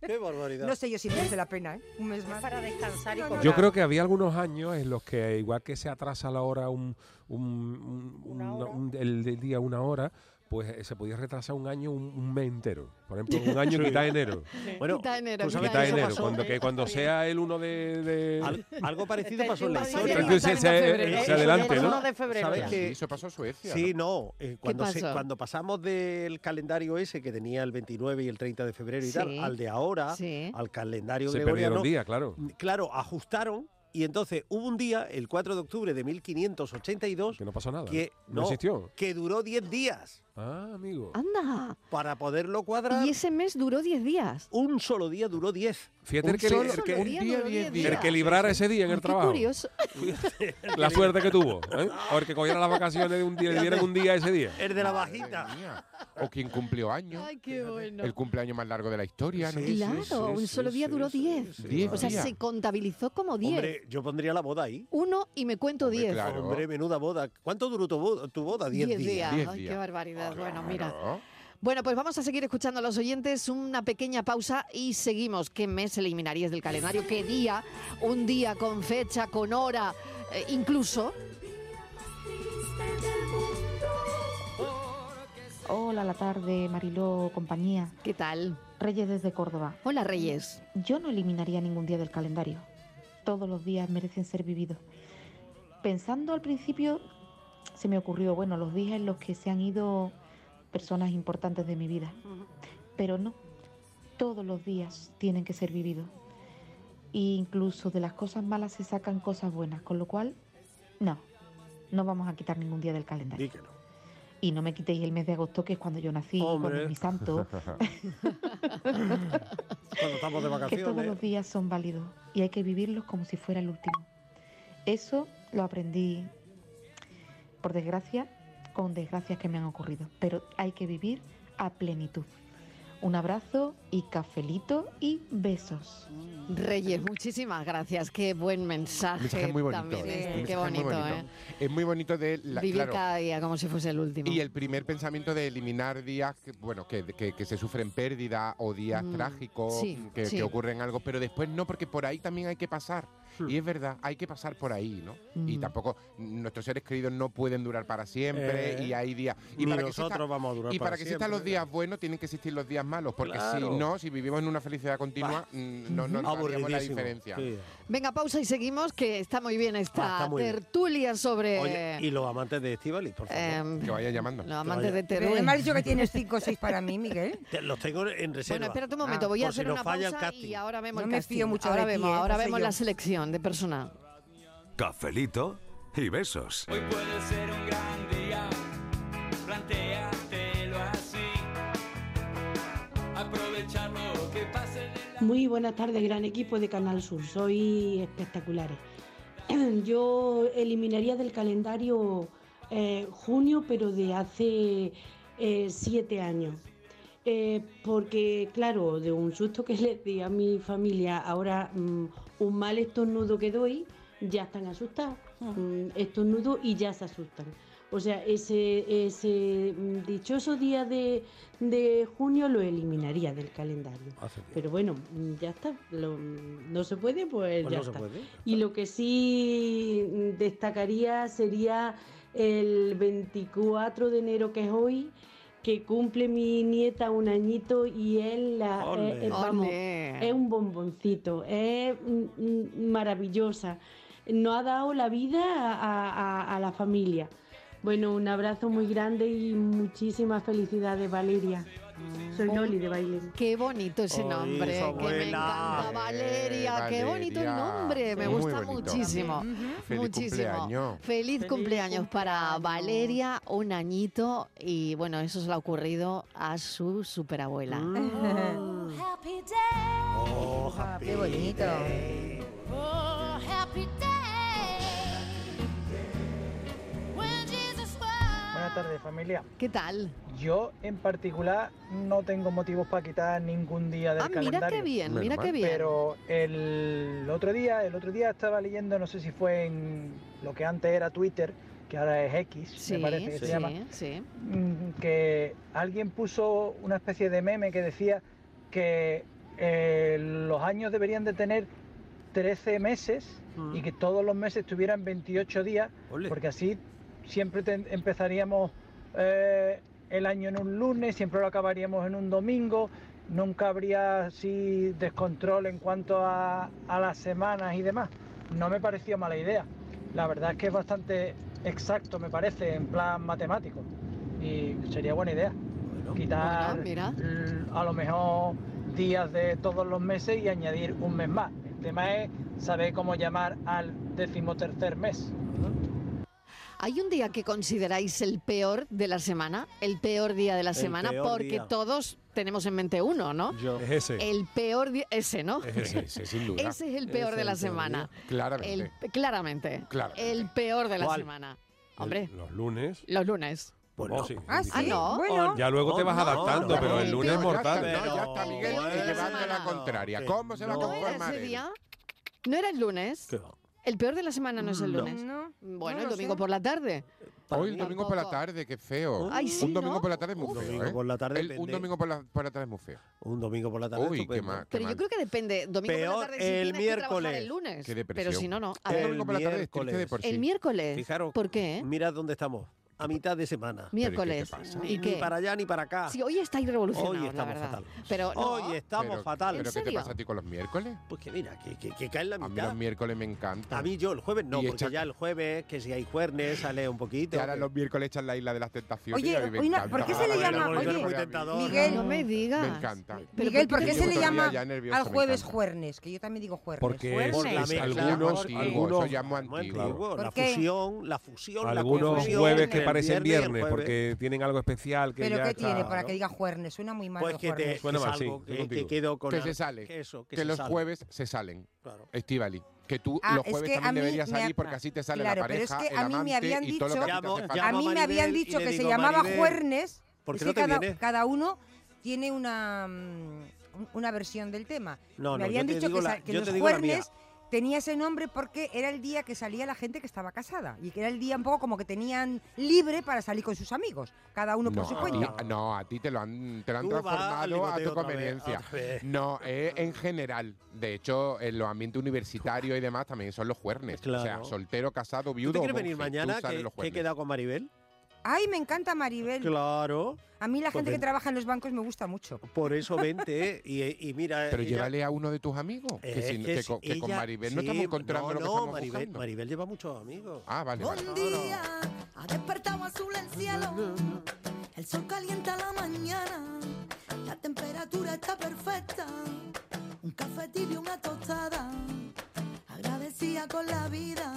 Speaker 9: Qué barbaridad.
Speaker 8: No sé yo si merece la pena, ¿eh? Un mes más.
Speaker 7: Para descansar y
Speaker 8: Yo
Speaker 7: cobrar.
Speaker 6: Yo creo que había algunos años en los que, igual que se atrasa la hora, un, un- un-
Speaker 7: Una
Speaker 6: una-
Speaker 7: hora.
Speaker 6: un- el, del día una hora, pues eh, se podía retrasar un año, un, un mes entero. Por ejemplo, un año quita enero.
Speaker 9: Bueno,
Speaker 1: Quita enero,
Speaker 9: tú sabes
Speaker 1: quita
Speaker 6: Quita
Speaker 9: que eso
Speaker 6: enero.
Speaker 9: pasó.
Speaker 6: Cuando, que cuando sea el 1 de... de-
Speaker 9: al- algo parecido pasó en la
Speaker 7: Este
Speaker 9: historia.
Speaker 6: Entonces se, se-
Speaker 1: febrero.
Speaker 6: se adelante,
Speaker 7: El
Speaker 6: ¿no?
Speaker 7: 1 de febrero.
Speaker 9: ¿Sabes
Speaker 7: ya.
Speaker 5: Sí,
Speaker 9: que-
Speaker 5: Eso pasó en Suecia.
Speaker 9: Sí, no. eh, cuando, se-
Speaker 1: pasó?
Speaker 9: cuando pasamos del calendario ese que tenía el 29 y el 30 de febrero y
Speaker 1: Sí.
Speaker 9: tal, al de ahora,
Speaker 1: Sí.
Speaker 9: al calendario
Speaker 6: Se
Speaker 9: gregoriano,
Speaker 6: perdieron días, claro.
Speaker 9: claro, ajustaron y entonces hubo un día, el 4 de octubre de 1582,
Speaker 6: Que no pasó nada.
Speaker 9: que,
Speaker 6: no, existió.
Speaker 9: que duró 10 días
Speaker 6: Ah, amigo.
Speaker 1: Anda.
Speaker 9: para poderlo cuadrar.
Speaker 1: Y ese mes duró 10 días.
Speaker 9: Un solo día duró 10.
Speaker 6: Fíjate
Speaker 9: un
Speaker 6: el que,
Speaker 9: solo
Speaker 6: el que-
Speaker 1: solo día,
Speaker 5: un día,
Speaker 1: duró 10
Speaker 5: diez días.
Speaker 6: el que librara ese día en el
Speaker 1: Qué
Speaker 6: trabajo.
Speaker 1: curioso.
Speaker 6: La suerte que tuvo. ¿eh? O el que cogiera las vacaciones de un día, le dieran un día ese día.
Speaker 9: El de la
Speaker 5: Madre
Speaker 9: bajita.
Speaker 5: mía. O quien cumplió años.
Speaker 1: Ay, qué bueno.
Speaker 5: El cumpleaños más largo de la historia. ¿no?
Speaker 9: Sí,
Speaker 1: Claro,
Speaker 9: sí,
Speaker 1: un
Speaker 9: sí,
Speaker 1: solo
Speaker 9: sí,
Speaker 1: día
Speaker 9: sí,
Speaker 1: duró
Speaker 9: sí,
Speaker 1: 10.
Speaker 9: sí.
Speaker 5: Diez
Speaker 1: O sea,
Speaker 5: días.
Speaker 1: se contabilizó como 10.
Speaker 9: Hombre, yo pondría la boda ahí.
Speaker 1: Uno y me cuento
Speaker 5: Hombre,
Speaker 1: 10.
Speaker 5: claro.
Speaker 9: Hombre, menuda boda. ¿Cuánto duró tu boda? Tu boda? 10
Speaker 1: Diez
Speaker 9: días.
Speaker 5: Diez
Speaker 1: Ay, qué
Speaker 5: días.
Speaker 1: barbaridad. Bueno, mira.
Speaker 5: Claro.
Speaker 1: Bueno, pues vamos a seguir escuchando a los oyentes, una pequeña pausa y seguimos. ¿Qué mes eliminarías del calendario? ¿Qué día? Un día con fecha, con hora, eh, incluso.
Speaker 13: Hola, la tarde, Mariló, compañía.
Speaker 1: ¿Qué tal?
Speaker 13: Reyes desde Córdoba.
Speaker 1: Hola Reyes.
Speaker 13: Yo no eliminaría ningún día del calendario. Todos los días merecen ser vividos. Pensando al principio, se me ocurrió, bueno, los días en los que se han ido personas importantes de mi vida. Pero no, todos los días tienen que ser vividos. E incluso de las cosas malas se sacan cosas buenas, con lo cual, no, no vamos a quitar ningún día del calendario. Y no me quitéis el mes de agosto, que es cuando yo nací, cuando es mi santo,
Speaker 9: Cuando estamos de
Speaker 13: que todos
Speaker 9: vacaciones.
Speaker 13: los días son válidos y hay que vivirlos como si fuera el último. Eso lo aprendí, por desgracia, con desgracias que me han ocurrido, pero hay que vivir a plenitud. Un abrazo y cafelito y besos.
Speaker 1: Reyes, muchísimas gracias. Qué buen mensaje.
Speaker 5: Un mensaje muy bonito.
Speaker 1: también.
Speaker 5: ¿eh?
Speaker 1: Sí,
Speaker 5: Un mensaje
Speaker 1: Qué
Speaker 5: muy
Speaker 1: bonito, ¿eh?
Speaker 5: Es muy bonito de la,
Speaker 1: Vivir
Speaker 5: claro,
Speaker 1: cada día como si fuese el último.
Speaker 5: Y el primer pensamiento de eliminar días que, bueno, que, que- que se sufren pérdida o días
Speaker 1: Mm,
Speaker 5: trágicos
Speaker 1: sí,
Speaker 5: que,
Speaker 1: sí.
Speaker 5: que ocurren algo, pero después no, porque por ahí también hay que pasar. Y es verdad, hay que pasar por ahí, ¿no? Y
Speaker 9: Mm.
Speaker 5: tampoco, nuestros seres queridos no pueden durar para siempre
Speaker 9: Eh,
Speaker 5: y hay días. Y
Speaker 9: ni
Speaker 5: exista-
Speaker 9: nosotros vamos a durar
Speaker 5: Y para,
Speaker 9: para
Speaker 5: que existan
Speaker 9: siempre.
Speaker 5: los días buenos, tienen que existir los días malos, porque
Speaker 9: Claro.
Speaker 5: si no, si vivimos en una felicidad continua, mm, no, no, no haríamos la
Speaker 9: Aburridísimo,
Speaker 5: diferencia.
Speaker 9: sí.
Speaker 1: Venga, pausa y seguimos, que está muy bien esta
Speaker 9: Ah, está muy bien.
Speaker 1: tertulia sobre...
Speaker 9: Oye, y los amantes de Estivali, por favor.
Speaker 5: que vaya llamando.
Speaker 1: Eh. los amantes de Teruel.
Speaker 8: Pero me has dicho que tienes 5 o 6 para mí, Miguel.
Speaker 9: Los tengo en reserva. Ah,
Speaker 1: Bueno, espérate un momento, voy a
Speaker 9: por si
Speaker 1: hacer
Speaker 9: nos
Speaker 1: una
Speaker 9: falla el
Speaker 1: pausa
Speaker 9: casting.
Speaker 1: y ahora vemos
Speaker 8: No
Speaker 1: el
Speaker 8: me
Speaker 1: casting.
Speaker 8: fío mucho
Speaker 1: ahora
Speaker 8: de ti,
Speaker 1: vemos,
Speaker 8: ¿eh?
Speaker 1: ahora
Speaker 8: No sé
Speaker 1: vemos
Speaker 8: yo.
Speaker 1: la selección de personal.
Speaker 14: Cafelito y besos.
Speaker 15: Puede ser un gran día, plantéatelo así. Aprovechar lo que pase en el
Speaker 16: Muy buenas tardes, gran equipo de Canal Sur. Soy espectaculares. Yo eliminaría del calendario eh, junio, pero de hace eh, siete años. Eh, porque, claro, de un susto que les di a mi familia, ahora mm, un mal estornudo que doy, ya están asustados. Mm, estornudo y ya se asustan. O sea, ese, ese mm, dichoso día de, de junio lo eliminaría del calendario.
Speaker 9: Ah,
Speaker 16: Pero bueno, mm, ya está. Lo- mm, no se puede, pues,
Speaker 9: Pues
Speaker 16: ya
Speaker 9: no se
Speaker 16: está.
Speaker 9: puede.
Speaker 16: Y lo que sí mm, destacaría sería el 24 de enero, que es hoy, que cumple mi nieta un añito y es la
Speaker 17: Ole.
Speaker 16: es- es- vamos,
Speaker 17: Ole.
Speaker 16: es un bomboncito, es mm, mm, maravillosa. Nos ha dado la vida a, a- a la familia. Bueno, un abrazo muy grande y muchísimas felicidades, Valeria. Soy Loli de Bailén.
Speaker 1: Ah. Oh, Qué bonito ese
Speaker 16: Ay,
Speaker 1: nombre,
Speaker 16: esa
Speaker 1: que me encanta.
Speaker 16: abuela.
Speaker 1: Valeria,
Speaker 16: Eh,
Speaker 1: qué bonito el
Speaker 16: Valeria.
Speaker 1: nombre, me
Speaker 16: Sí,
Speaker 1: gusta
Speaker 16: muy bonito.
Speaker 1: muchísimo.
Speaker 16: También,
Speaker 5: ujú. Feliz
Speaker 1: muchísimo.
Speaker 5: cumpleaños.
Speaker 1: Feliz cumpleaños para Valeria, un añito, y bueno, eso se le ha ocurrido a su superabuela.
Speaker 17: Oh, happy day.
Speaker 9: Oh,
Speaker 8: Qué bonito.
Speaker 17: Oh, happy day. When Jesus was.
Speaker 12: Buenas tardes, familia.
Speaker 1: ¿Qué tal?
Speaker 12: Yo, en particular, no tengo motivos para quitar ningún día del
Speaker 1: Ah, mira qué
Speaker 12: calendario.
Speaker 1: bien, Menos mira qué mal. bien.
Speaker 12: Pero el otro día, el otro día estaba leyendo, no sé si fue en lo que antes era Twitter, que ahora es X, me parece que se
Speaker 1: sí,
Speaker 12: llama.
Speaker 1: sí.
Speaker 12: mm, que alguien puso una especie de meme que decía que eh, los años deberían de tener 13 meses y que todos los meses tuvieran 28 días, porque así siempre ten- empezaríamos eh, el año en un lunes, siempre lo acabaríamos en un domingo, nunca habría así descontrol en cuanto a, a las semanas y demás. No me pareció mala idea. La verdad es que es bastante exacto, me parece, en plan matemático. Y sería buena idea. Quitar
Speaker 1: Bueno, mira.
Speaker 12: l- a lo mejor días de todos los meses y añadir un mes más. El tema es saber cómo llamar al decimotercer mes.
Speaker 1: ¿Hay un día que consideráis el peor de la semana? El peor día de la
Speaker 6: El
Speaker 1: semana,
Speaker 6: peor
Speaker 1: porque
Speaker 6: día.
Speaker 1: todos tenemos en mente uno, ¿no?
Speaker 6: Yo. Es ese.
Speaker 1: El peor día, ese, ¿no?
Speaker 6: Es ese, ese, sin duda.
Speaker 1: Ese es el peor
Speaker 6: Ese
Speaker 1: de la
Speaker 6: es el peor
Speaker 1: semana.
Speaker 6: día. Claramente.
Speaker 1: El- claramente.
Speaker 6: Claramente.
Speaker 1: El peor de la
Speaker 6: ¿Cuál?
Speaker 1: semana. Hombre,
Speaker 6: Los lunes.
Speaker 1: los lunes.
Speaker 6: Pues
Speaker 5: Oh,
Speaker 6: sí.
Speaker 1: Ah, ¿sí? no.
Speaker 6: Bueno. Ya luego te vas adaptando, pero el lunes es mortal.
Speaker 5: Ya está, no, ya está
Speaker 6: Pero
Speaker 5: Miguel
Speaker 6: bueno.
Speaker 5: llevando la contraria. ¿Cómo se va a
Speaker 1: ¿No era
Speaker 5: conformar?
Speaker 1: ese
Speaker 5: él?
Speaker 1: día? ¿No era el lunes? El peor de la semana no es el
Speaker 5: No.
Speaker 1: lunes. Bueno,
Speaker 5: No
Speaker 1: el
Speaker 5: lo
Speaker 1: domingo
Speaker 5: sé.
Speaker 1: por la tarde.
Speaker 5: Hoy el domingo por la
Speaker 1: Tampoco.
Speaker 5: tarde, qué feo.
Speaker 1: Ay, sí,
Speaker 5: un domingo
Speaker 1: ¿no?
Speaker 5: por la tarde es muy
Speaker 1: Un
Speaker 5: feo.
Speaker 9: domingo
Speaker 5: ¿eh?
Speaker 9: por la tarde
Speaker 5: El- un
Speaker 9: depende.
Speaker 5: domingo por la, por la tarde es muy feo.
Speaker 9: Un domingo por la tarde.
Speaker 5: Uy, qué
Speaker 9: estupendo.
Speaker 5: mal.
Speaker 1: Pero yo creo que depende. Domingo por
Speaker 9: Peor
Speaker 1: la tarde
Speaker 9: el
Speaker 1: si tienes que trabajar
Speaker 9: miércoles.
Speaker 1: el lunes.
Speaker 9: Qué
Speaker 1: Pero
Speaker 9: depresión.
Speaker 1: si no, no.
Speaker 9: El domingo por la tarde es triste de por
Speaker 1: El
Speaker 9: sí.
Speaker 1: miércoles.
Speaker 9: Fijaros,
Speaker 1: ¿Por qué?
Speaker 9: mira dónde estamos. a mitad de semana.
Speaker 1: Miércoles. ¿Y qué?
Speaker 9: Ni para allá ni para acá.
Speaker 1: Sí, hoy estáis revolucionados,
Speaker 9: Hoy
Speaker 1: la
Speaker 9: estamos
Speaker 1: verdad.
Speaker 9: fatal.
Speaker 1: Pero no.
Speaker 9: Hoy estamos
Speaker 5: Pero-
Speaker 9: fatal.
Speaker 5: ¿Pero qué te pasa a ti con los miércoles?
Speaker 9: Pues que mira, que, que, que cae en la
Speaker 5: A mí los miércoles me encantan.
Speaker 9: A mí yo el jueves no,
Speaker 5: Y
Speaker 9: porque
Speaker 5: echa-
Speaker 9: ya el jueves, que si hay jueves, sale un poquito.
Speaker 5: ahora los miércoles echan la isla de las tentaciones.
Speaker 8: Oye,
Speaker 5: y a mí me
Speaker 8: oye,
Speaker 5: encanta.
Speaker 8: ¿por qué se le
Speaker 5: Ahora
Speaker 8: llama-
Speaker 5: los miércoles
Speaker 8: oye,
Speaker 5: a mí-
Speaker 8: tentador. Miguel,
Speaker 1: no me digas.
Speaker 5: Me encanta.
Speaker 8: Miguel, ¿por qué
Speaker 5: Yo
Speaker 8: se le
Speaker 5: todavía
Speaker 8: llama
Speaker 5: ya nervioso,
Speaker 8: al
Speaker 5: me
Speaker 8: jueves
Speaker 5: encanta.
Speaker 8: juernes? Que yo también digo juernes.
Speaker 6: Porque
Speaker 8: Juernes.
Speaker 6: es- es-
Speaker 9: mezcla,
Speaker 6: algunos,
Speaker 9: porque-
Speaker 6: algunos,
Speaker 9: Eso llamo
Speaker 6: Claro.
Speaker 9: antiguo,
Speaker 6: ¿Por
Speaker 9: la
Speaker 6: qué?
Speaker 9: fusión, la fusión, la
Speaker 6: Algunos
Speaker 9: confusión,
Speaker 6: jueves que
Speaker 9: el
Speaker 6: parecen
Speaker 9: viernes y el
Speaker 6: viernes,
Speaker 9: jueves.
Speaker 6: porque tienen algo especial que
Speaker 8: ¿Pero
Speaker 6: ya
Speaker 8: qué
Speaker 6: está,
Speaker 8: tiene para
Speaker 6: ¿no?
Speaker 8: que diga juernes? Suena muy mal.
Speaker 9: Pues
Speaker 8: los
Speaker 9: que te-
Speaker 8: juernes.
Speaker 6: Suena
Speaker 9: que
Speaker 6: mal,
Speaker 9: es algo
Speaker 6: sí,
Speaker 9: que-
Speaker 6: estoy
Speaker 9: que
Speaker 6: contigo.
Speaker 9: quedo con
Speaker 5: que
Speaker 9: al-
Speaker 5: se sale.
Speaker 9: que eso, que
Speaker 5: que
Speaker 9: se
Speaker 5: los
Speaker 9: sale.
Speaker 5: jueves se salen.
Speaker 9: Claro.
Speaker 5: Estivali. Que tú
Speaker 8: Ah,
Speaker 5: los
Speaker 8: es
Speaker 5: jueves
Speaker 8: que a
Speaker 5: también
Speaker 8: mí
Speaker 5: deberías
Speaker 8: me ha-
Speaker 5: salir porque así te sale
Speaker 8: claro,
Speaker 5: la pareja,
Speaker 8: pero es que
Speaker 5: el
Speaker 8: a mí me
Speaker 5: amante
Speaker 8: habían
Speaker 5: y todo lo
Speaker 8: dicho,
Speaker 5: que a ti te hace falta.
Speaker 8: a mí me habían
Speaker 9: Maribel y
Speaker 8: dicho
Speaker 9: le
Speaker 8: que se
Speaker 9: digo,
Speaker 8: llamaba
Speaker 9: Maribel,
Speaker 8: juernes.
Speaker 9: ¿por qué
Speaker 8: es que
Speaker 9: no te
Speaker 8: cada,
Speaker 9: vienes?
Speaker 8: cada uno tiene una, mm, una versión del tema.
Speaker 9: No,
Speaker 8: me
Speaker 9: no,
Speaker 8: habían
Speaker 9: yo te
Speaker 8: dicho
Speaker 9: digo
Speaker 8: que,
Speaker 9: la-
Speaker 8: sa- que
Speaker 9: yo
Speaker 8: los
Speaker 9: te digo la mía.
Speaker 8: juernes tenía ese nombre porque era el día que salía la gente que estaba casada y que era el día un poco como que tenían libre para salir con sus amigos, cada uno por
Speaker 5: No,
Speaker 8: su
Speaker 5: a ti-
Speaker 8: cuenta.
Speaker 5: no, a ti te lo han, te lo han
Speaker 9: Tú vas al
Speaker 5: transformado a
Speaker 9: ligoteo
Speaker 5: tu
Speaker 9: otra vez,
Speaker 5: conveniencia.
Speaker 9: otra vez.
Speaker 5: No, eh, en general. De hecho, en los ambientes universitarios y demás también son los juernes. O sea,
Speaker 9: Claro.
Speaker 5: soltero, casado,
Speaker 9: ¿Tú te
Speaker 5: viudo.
Speaker 9: quieres
Speaker 5: o
Speaker 9: venir
Speaker 5: monje, tú
Speaker 9: mañana?
Speaker 5: sales
Speaker 9: Que,
Speaker 5: los
Speaker 9: que he
Speaker 5: juernes.
Speaker 9: quedado con Maribel.
Speaker 8: Ay, me encanta Maribel.
Speaker 9: Claro.
Speaker 8: A mí la
Speaker 9: Pues
Speaker 8: gente que
Speaker 9: ven.
Speaker 8: trabaja en los bancos me gusta mucho.
Speaker 9: Por eso vente eh, y, y mira.
Speaker 5: Pero
Speaker 9: ella-
Speaker 5: llévale a uno de tus amigos.
Speaker 9: Eh,
Speaker 5: que, si-
Speaker 9: es
Speaker 5: que
Speaker 9: si
Speaker 5: con, que con
Speaker 9: ella-
Speaker 5: Maribel no
Speaker 9: sí,
Speaker 5: estamos encontrando
Speaker 9: no,
Speaker 5: lo que
Speaker 9: no,
Speaker 5: estamos
Speaker 9: Maribel,
Speaker 5: buscando.
Speaker 9: Maribel lleva muchos amigos.
Speaker 5: Ah, vale, vale.
Speaker 18: Un día ha despertado azul el cielo, el sol calienta la mañana, la temperatura está perfecta, un café tibio, una tostada, agradecida con la vida,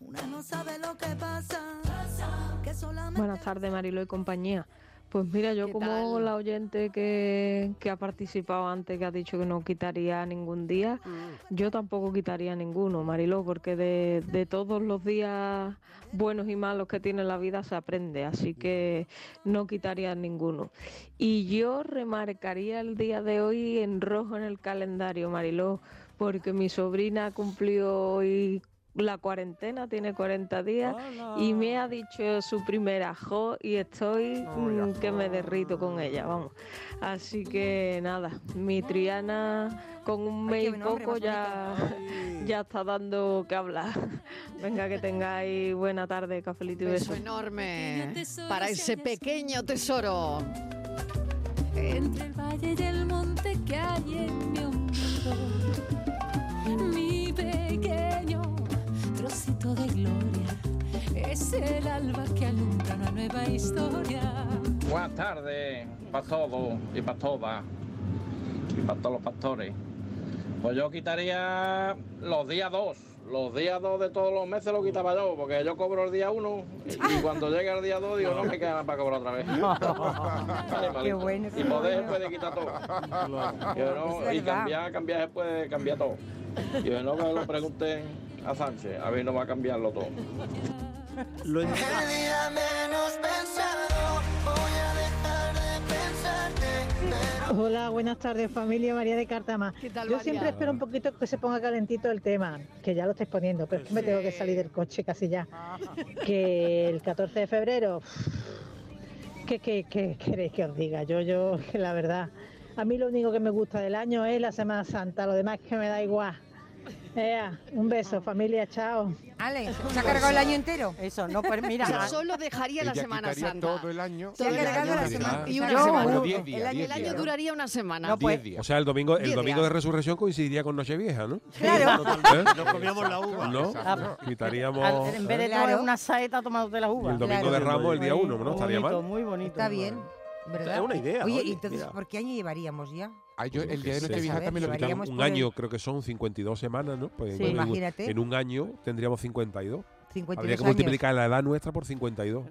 Speaker 18: una no sabe lo que pasa, que solamente...
Speaker 19: Buenas tardes, Marilo y compañía. Pues mira, yo como la oyente que, que ha participado antes, que ha dicho que no quitaría ningún día, yo tampoco quitaría ninguno, Marilo, porque de, de todos los días buenos y malos que tiene la vida se aprende, así que no quitaría ninguno. Y yo remarcaría el día de hoy en rojo en el calendario, Mariló, porque mi sobrina cumplió hoy la cuarentena, tiene 40 días y me ha dicho su primera jo y estoy mm, que me derrito con ella, vamos. Así que nada, mi Triana con un mes y
Speaker 8: nombre
Speaker 19: poco
Speaker 8: más
Speaker 19: ya, ya está dando que hablar. Venga, que tengáis buena tarde, cafelito y
Speaker 1: Beso
Speaker 19: besos.
Speaker 1: enorme para ese pequeño tesoro.
Speaker 18: Entre el valle y el monte que hay en mi hombro, mi pequeño trocito de gloria es el alba que alumbra una nueva historia.
Speaker 20: Buenas tardes para todos y para todas y para todos los pastores. Pues yo quitaría los días 2. Los días 2 de todos los meses lo quitaba yo, porque yo cobro el día 1 y cuando llega el día 2 digo, no me queda nada para cobrar otra vez. Animalito.
Speaker 8: Qué bueno, qué
Speaker 20: y poder
Speaker 8: bueno.
Speaker 20: puede quitar todo. Yo no-
Speaker 8: Es
Speaker 20: y
Speaker 8: verdad.
Speaker 20: cambiar, cambiar se puede cambiar todo. Y yo no que lo pregunten a Sánchez, a ver no va a cambiarlo todo.
Speaker 9: Lo he-
Speaker 17: El día menos pensado, voy a dejar de pensarte.
Speaker 21: Hola, buenas tardes familia María de Cártama.
Speaker 1: tal,
Speaker 21: Yo
Speaker 1: María?
Speaker 21: siempre espero un poquito que se ponga calentito el tema, que ya lo estáis poniendo, pero es que me tengo que salir del coche casi ya.
Speaker 1: Ah.
Speaker 21: Que el 14 de febrero, ¿qué, qué, qué queréis que os diga? Yo, yo, que la verdad, a mí lo único que me gusta del año es la Semana Santa, lo demás que me da igual. Ea, un
Speaker 1: Ah.
Speaker 21: beso familia, chao.
Speaker 8: Ale, ¿se ha cargado el año entero?
Speaker 7: Eso, no, pues mira.
Speaker 1: O sea, solo dejaría la
Speaker 5: Ella
Speaker 1: Semana
Speaker 5: quitaría
Speaker 1: Santa.
Speaker 5: todo el año.
Speaker 1: Todo el año
Speaker 5: la
Speaker 1: y una semana. el año, el año duraría una semana.
Speaker 6: pues,
Speaker 1: Pues,
Speaker 6: O sea, el domingo, el
Speaker 1: Diez
Speaker 6: domingo
Speaker 1: días.
Speaker 6: de resurrección coincidiría con Nochevieja, ¿no?
Speaker 7: Claro.
Speaker 6: ¿Eh?
Speaker 9: Nos comíamos la uva.
Speaker 6: No, Ah,
Speaker 7: Exacto.
Speaker 6: quitaríamos
Speaker 7: Ah, en vez de
Speaker 8: Claro.
Speaker 7: tomar una saeta, tomándote las uvas.
Speaker 6: el domingo de Ramos el día uno, ¿no? Estaría mal.
Speaker 7: Muy bonito.
Speaker 8: Está bien, ¿verdad?
Speaker 9: Es una idea,
Speaker 8: Oye,
Speaker 9: oye,
Speaker 8: entonces,
Speaker 9: mira.
Speaker 8: ¿por qué año llevaríamos ya?
Speaker 5: Ay, yo el día de
Speaker 6: Sí.
Speaker 5: Nochevieja también lo
Speaker 6: Quitan
Speaker 5: quitamos.
Speaker 8: por
Speaker 6: Un
Speaker 8: el-
Speaker 6: año, creo que son 52 semanas, ¿no? Pues
Speaker 8: Sí.
Speaker 6: en, un-
Speaker 8: Imagínate.
Speaker 6: en un año tendríamos 52.
Speaker 8: 52
Speaker 6: Habría que
Speaker 8: años.
Speaker 6: multiplicar la edad nuestra por 52.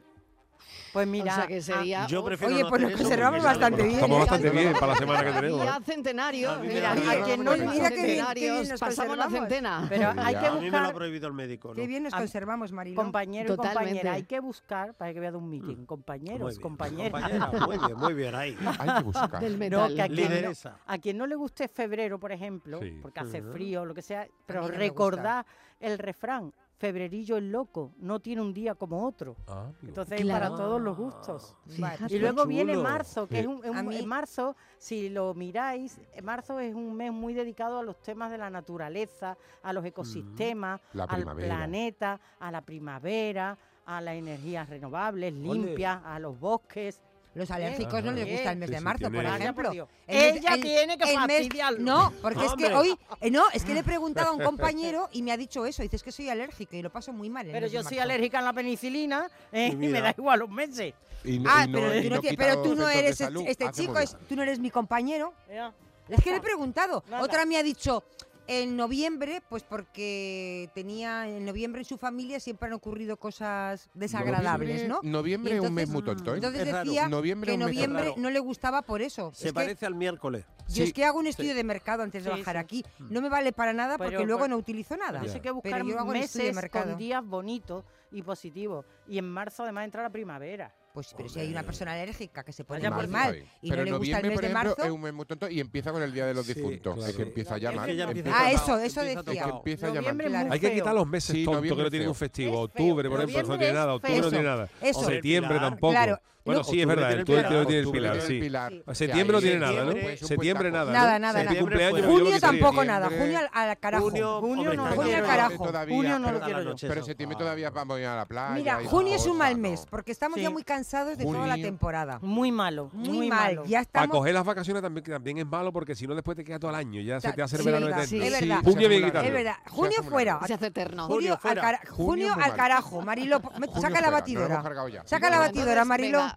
Speaker 7: Pues mira.
Speaker 1: O sea, que sería-
Speaker 6: Yo prefiero
Speaker 8: Oye,
Speaker 6: no
Speaker 8: pues lo
Speaker 6: hacer eso
Speaker 8: conservamos
Speaker 6: porque
Speaker 8: bastante bien.
Speaker 6: estamos
Speaker 8: ¿eh?
Speaker 6: bastante bien para la semana que tenemos,
Speaker 1: Día centenario.
Speaker 9: mí me
Speaker 1: Mira,
Speaker 9: da miedo.
Speaker 1: a quien no
Speaker 9: Mira
Speaker 1: mira
Speaker 9: qué
Speaker 1: que
Speaker 9: bien, qué bien nos
Speaker 1: pasamos la
Speaker 7: conservamos.
Speaker 1: centena.
Speaker 7: Pero hay que
Speaker 9: A mí me lo ha
Speaker 7: buscar-
Speaker 9: prohibido el médico. ¿no?
Speaker 8: Qué bien nos
Speaker 7: A-
Speaker 8: conservamos, Marilo.
Speaker 7: Compañero y
Speaker 8: Totalmente.
Speaker 7: compañera, hay que buscar, para que vea de un meeting,
Speaker 9: Muy
Speaker 7: compañeros,
Speaker 9: bien,
Speaker 7: compañeras.
Speaker 9: compañera, muy bien, muy bien, ahí. Hay que buscar. Del
Speaker 7: No,
Speaker 9: metal.
Speaker 7: que a, quien no,
Speaker 9: Lideresa.
Speaker 7: a quien no le guste febrero, por ejemplo,
Speaker 9: Sí.
Speaker 7: porque hace
Speaker 9: Ujú.
Speaker 7: frío, lo que sea,
Speaker 8: mí
Speaker 7: pero
Speaker 8: no me
Speaker 7: recordad el refrán, febrerillo es loco, no tiene un día como otro.
Speaker 6: Ah,
Speaker 7: Entonces
Speaker 8: Claro.
Speaker 7: para todos los gustos.
Speaker 8: Vale.
Speaker 7: Y luego viene marzo, que
Speaker 8: Sí.
Speaker 7: es un, es un-
Speaker 8: A mí-
Speaker 7: en marzo, si lo miráis, en marzo es un mes muy dedicado a los temas de la naturaleza, a los ecosistemas,
Speaker 5: Mm. La
Speaker 7: al
Speaker 5: primavera.
Speaker 7: planeta, a la primavera, a las energías renovables, limpias, a los bosques. Eh,
Speaker 8: Los alérgicos no les gusta el mes de marzo, por ejemplo. El mes-
Speaker 7: Ella
Speaker 8: el-
Speaker 7: tiene que
Speaker 8: el mes-
Speaker 7: fastidiarlo.
Speaker 8: No, porque es que
Speaker 7: Hombre.
Speaker 8: hoy. eh, no, es que le preguntaba a un compañero y me ha dicho eso. Dices que soy alérgica y lo paso muy mal. el
Speaker 7: Pero
Speaker 8: mes de
Speaker 7: yo soy
Speaker 8: marzo".
Speaker 7: alérgica a la penicilina eh,
Speaker 8: Y
Speaker 7: y, me
Speaker 8: mira.
Speaker 7: da igual los meses.
Speaker 5: Y no-
Speaker 8: Ah,
Speaker 5: y no-
Speaker 8: pero,
Speaker 5: y
Speaker 8: tú
Speaker 5: no
Speaker 8: no, tie-
Speaker 5: quita
Speaker 8: pero tú
Speaker 5: los
Speaker 8: no
Speaker 5: efectos de
Speaker 8: eres
Speaker 5: salud, Ah,
Speaker 8: este
Speaker 5: hace muy
Speaker 8: chico,
Speaker 5: bien.
Speaker 8: es- tú no eres mi compañero.
Speaker 7: Ya.
Speaker 8: Es que le he preguntado.
Speaker 7: Nada.
Speaker 8: Otra me ha dicho, en noviembre, pues porque tenía en noviembre en su familia siempre han ocurrido cosas desagradables, ¿no?
Speaker 5: Noviembre- Noviembre
Speaker 8: Y
Speaker 5: es un mes
Speaker 1: Mm.
Speaker 5: muy tonto, ¿eh?
Speaker 8: Entonces
Speaker 9: Es raro.
Speaker 8: decía
Speaker 9: Noviembre
Speaker 8: que
Speaker 9: es un mes
Speaker 8: noviembre
Speaker 9: raro.
Speaker 8: no le gustaba por eso.
Speaker 9: Se
Speaker 8: Es que-
Speaker 9: parece al miércoles.
Speaker 8: yo es que hago un estudio de mercado antes de
Speaker 9: Sí,
Speaker 8: bajar
Speaker 9: sí.
Speaker 8: aquí. No me vale para nada porque
Speaker 7: Pero,
Speaker 8: luego
Speaker 7: pues,
Speaker 8: no utilizo nada.
Speaker 7: Por eso hay que buscar
Speaker 8: Pero yo hago un estudio de
Speaker 7: meses
Speaker 8: mercado.
Speaker 7: con días bonitos y positivos. Y en marzo además entra la primavera.
Speaker 8: Pues, pero si hay una persona alérgica que se pone
Speaker 7: Vaya pues,
Speaker 8: muy
Speaker 7: por
Speaker 8: mal
Speaker 5: Ahí.
Speaker 8: y
Speaker 5: Pero
Speaker 8: no le gusta el
Speaker 5: noviembre,
Speaker 8: mes
Speaker 5: por
Speaker 8: de
Speaker 5: ejemplo,
Speaker 8: marzo,
Speaker 5: es un mes muy tonto y empieza con el Día de los Difuntos. Es que empieza ya mal.
Speaker 9: ya empieza
Speaker 8: Ah, eso, eso decía.
Speaker 5: Es que empieza ya
Speaker 8: Noviembre
Speaker 5: mal.
Speaker 8: muy
Speaker 6: Hay que quitar los meses
Speaker 5: Sí,
Speaker 6: tontos que
Speaker 5: noviembre
Speaker 6: no tienen
Speaker 5: feo.
Speaker 6: un festivo. Octubre, por ejemplo, no tiene nada. Octubre no
Speaker 5: feo.
Speaker 6: tiene nada.
Speaker 5: Eso.
Speaker 6: Septiembre
Speaker 5: Pilar.
Speaker 6: tampoco.
Speaker 5: Claro,
Speaker 6: Bueno,
Speaker 5: no-
Speaker 6: sí, es
Speaker 5: Octubre
Speaker 6: verdad.
Speaker 5: tiene
Speaker 6: El
Speaker 5: el
Speaker 6: tuve-
Speaker 5: Pilar,
Speaker 6: tuve- tiene el
Speaker 5: octubre
Speaker 6: pilar,
Speaker 5: tiene el
Speaker 6: sí.
Speaker 5: Pilar.
Speaker 6: A Septiembre no tiene nada, ¿no? Septiembre nada. ¿no?
Speaker 8: Nada, nada,
Speaker 6: Mi
Speaker 8: nada.
Speaker 6: cumpleaños, yo lo
Speaker 8: junio
Speaker 6: que
Speaker 8: tampoco
Speaker 6: quería.
Speaker 8: nada. Junio al, al carajo. Junio,
Speaker 5: Hombre,
Speaker 8: al
Speaker 5: septiembre
Speaker 8: carajo.
Speaker 5: todavía,
Speaker 8: junio no
Speaker 5: pero-
Speaker 8: lo quiero yo.
Speaker 5: Pero septiembre todavía vamos a ir Ah. a la playa.
Speaker 8: Mira,
Speaker 5: y
Speaker 8: junio es
Speaker 5: cosas.
Speaker 8: un mal mes porque estamos
Speaker 7: Sí.
Speaker 8: ya muy cansados de toda la
Speaker 7: Junio.
Speaker 8: temporada.
Speaker 7: Muy malo.
Speaker 8: Muy,
Speaker 7: muy
Speaker 8: mal.
Speaker 7: malo.
Speaker 8: Ya
Speaker 6: Para
Speaker 8: estamos.
Speaker 6: coger las vacaciones también, que también es malo porque si no después te queda todo el año. Ya se te hace el
Speaker 8: Sí,
Speaker 6: verano
Speaker 8: es verdad,
Speaker 6: eterno.
Speaker 8: sí, es verdad.
Speaker 6: Junio bien
Speaker 8: Es
Speaker 6: quitarlo.
Speaker 8: verdad. Junio fuera.
Speaker 1: Se hace eterno.
Speaker 8: Junio, al, cara- junio al carajo. Marilo, po- me- saca la
Speaker 5: fuera, no lo hemos
Speaker 8: batidora.
Speaker 5: cargado ya.
Speaker 8: Saca la
Speaker 1: Venga,
Speaker 8: batidora,
Speaker 1: entonces,
Speaker 8: Marilo.
Speaker 1: venga,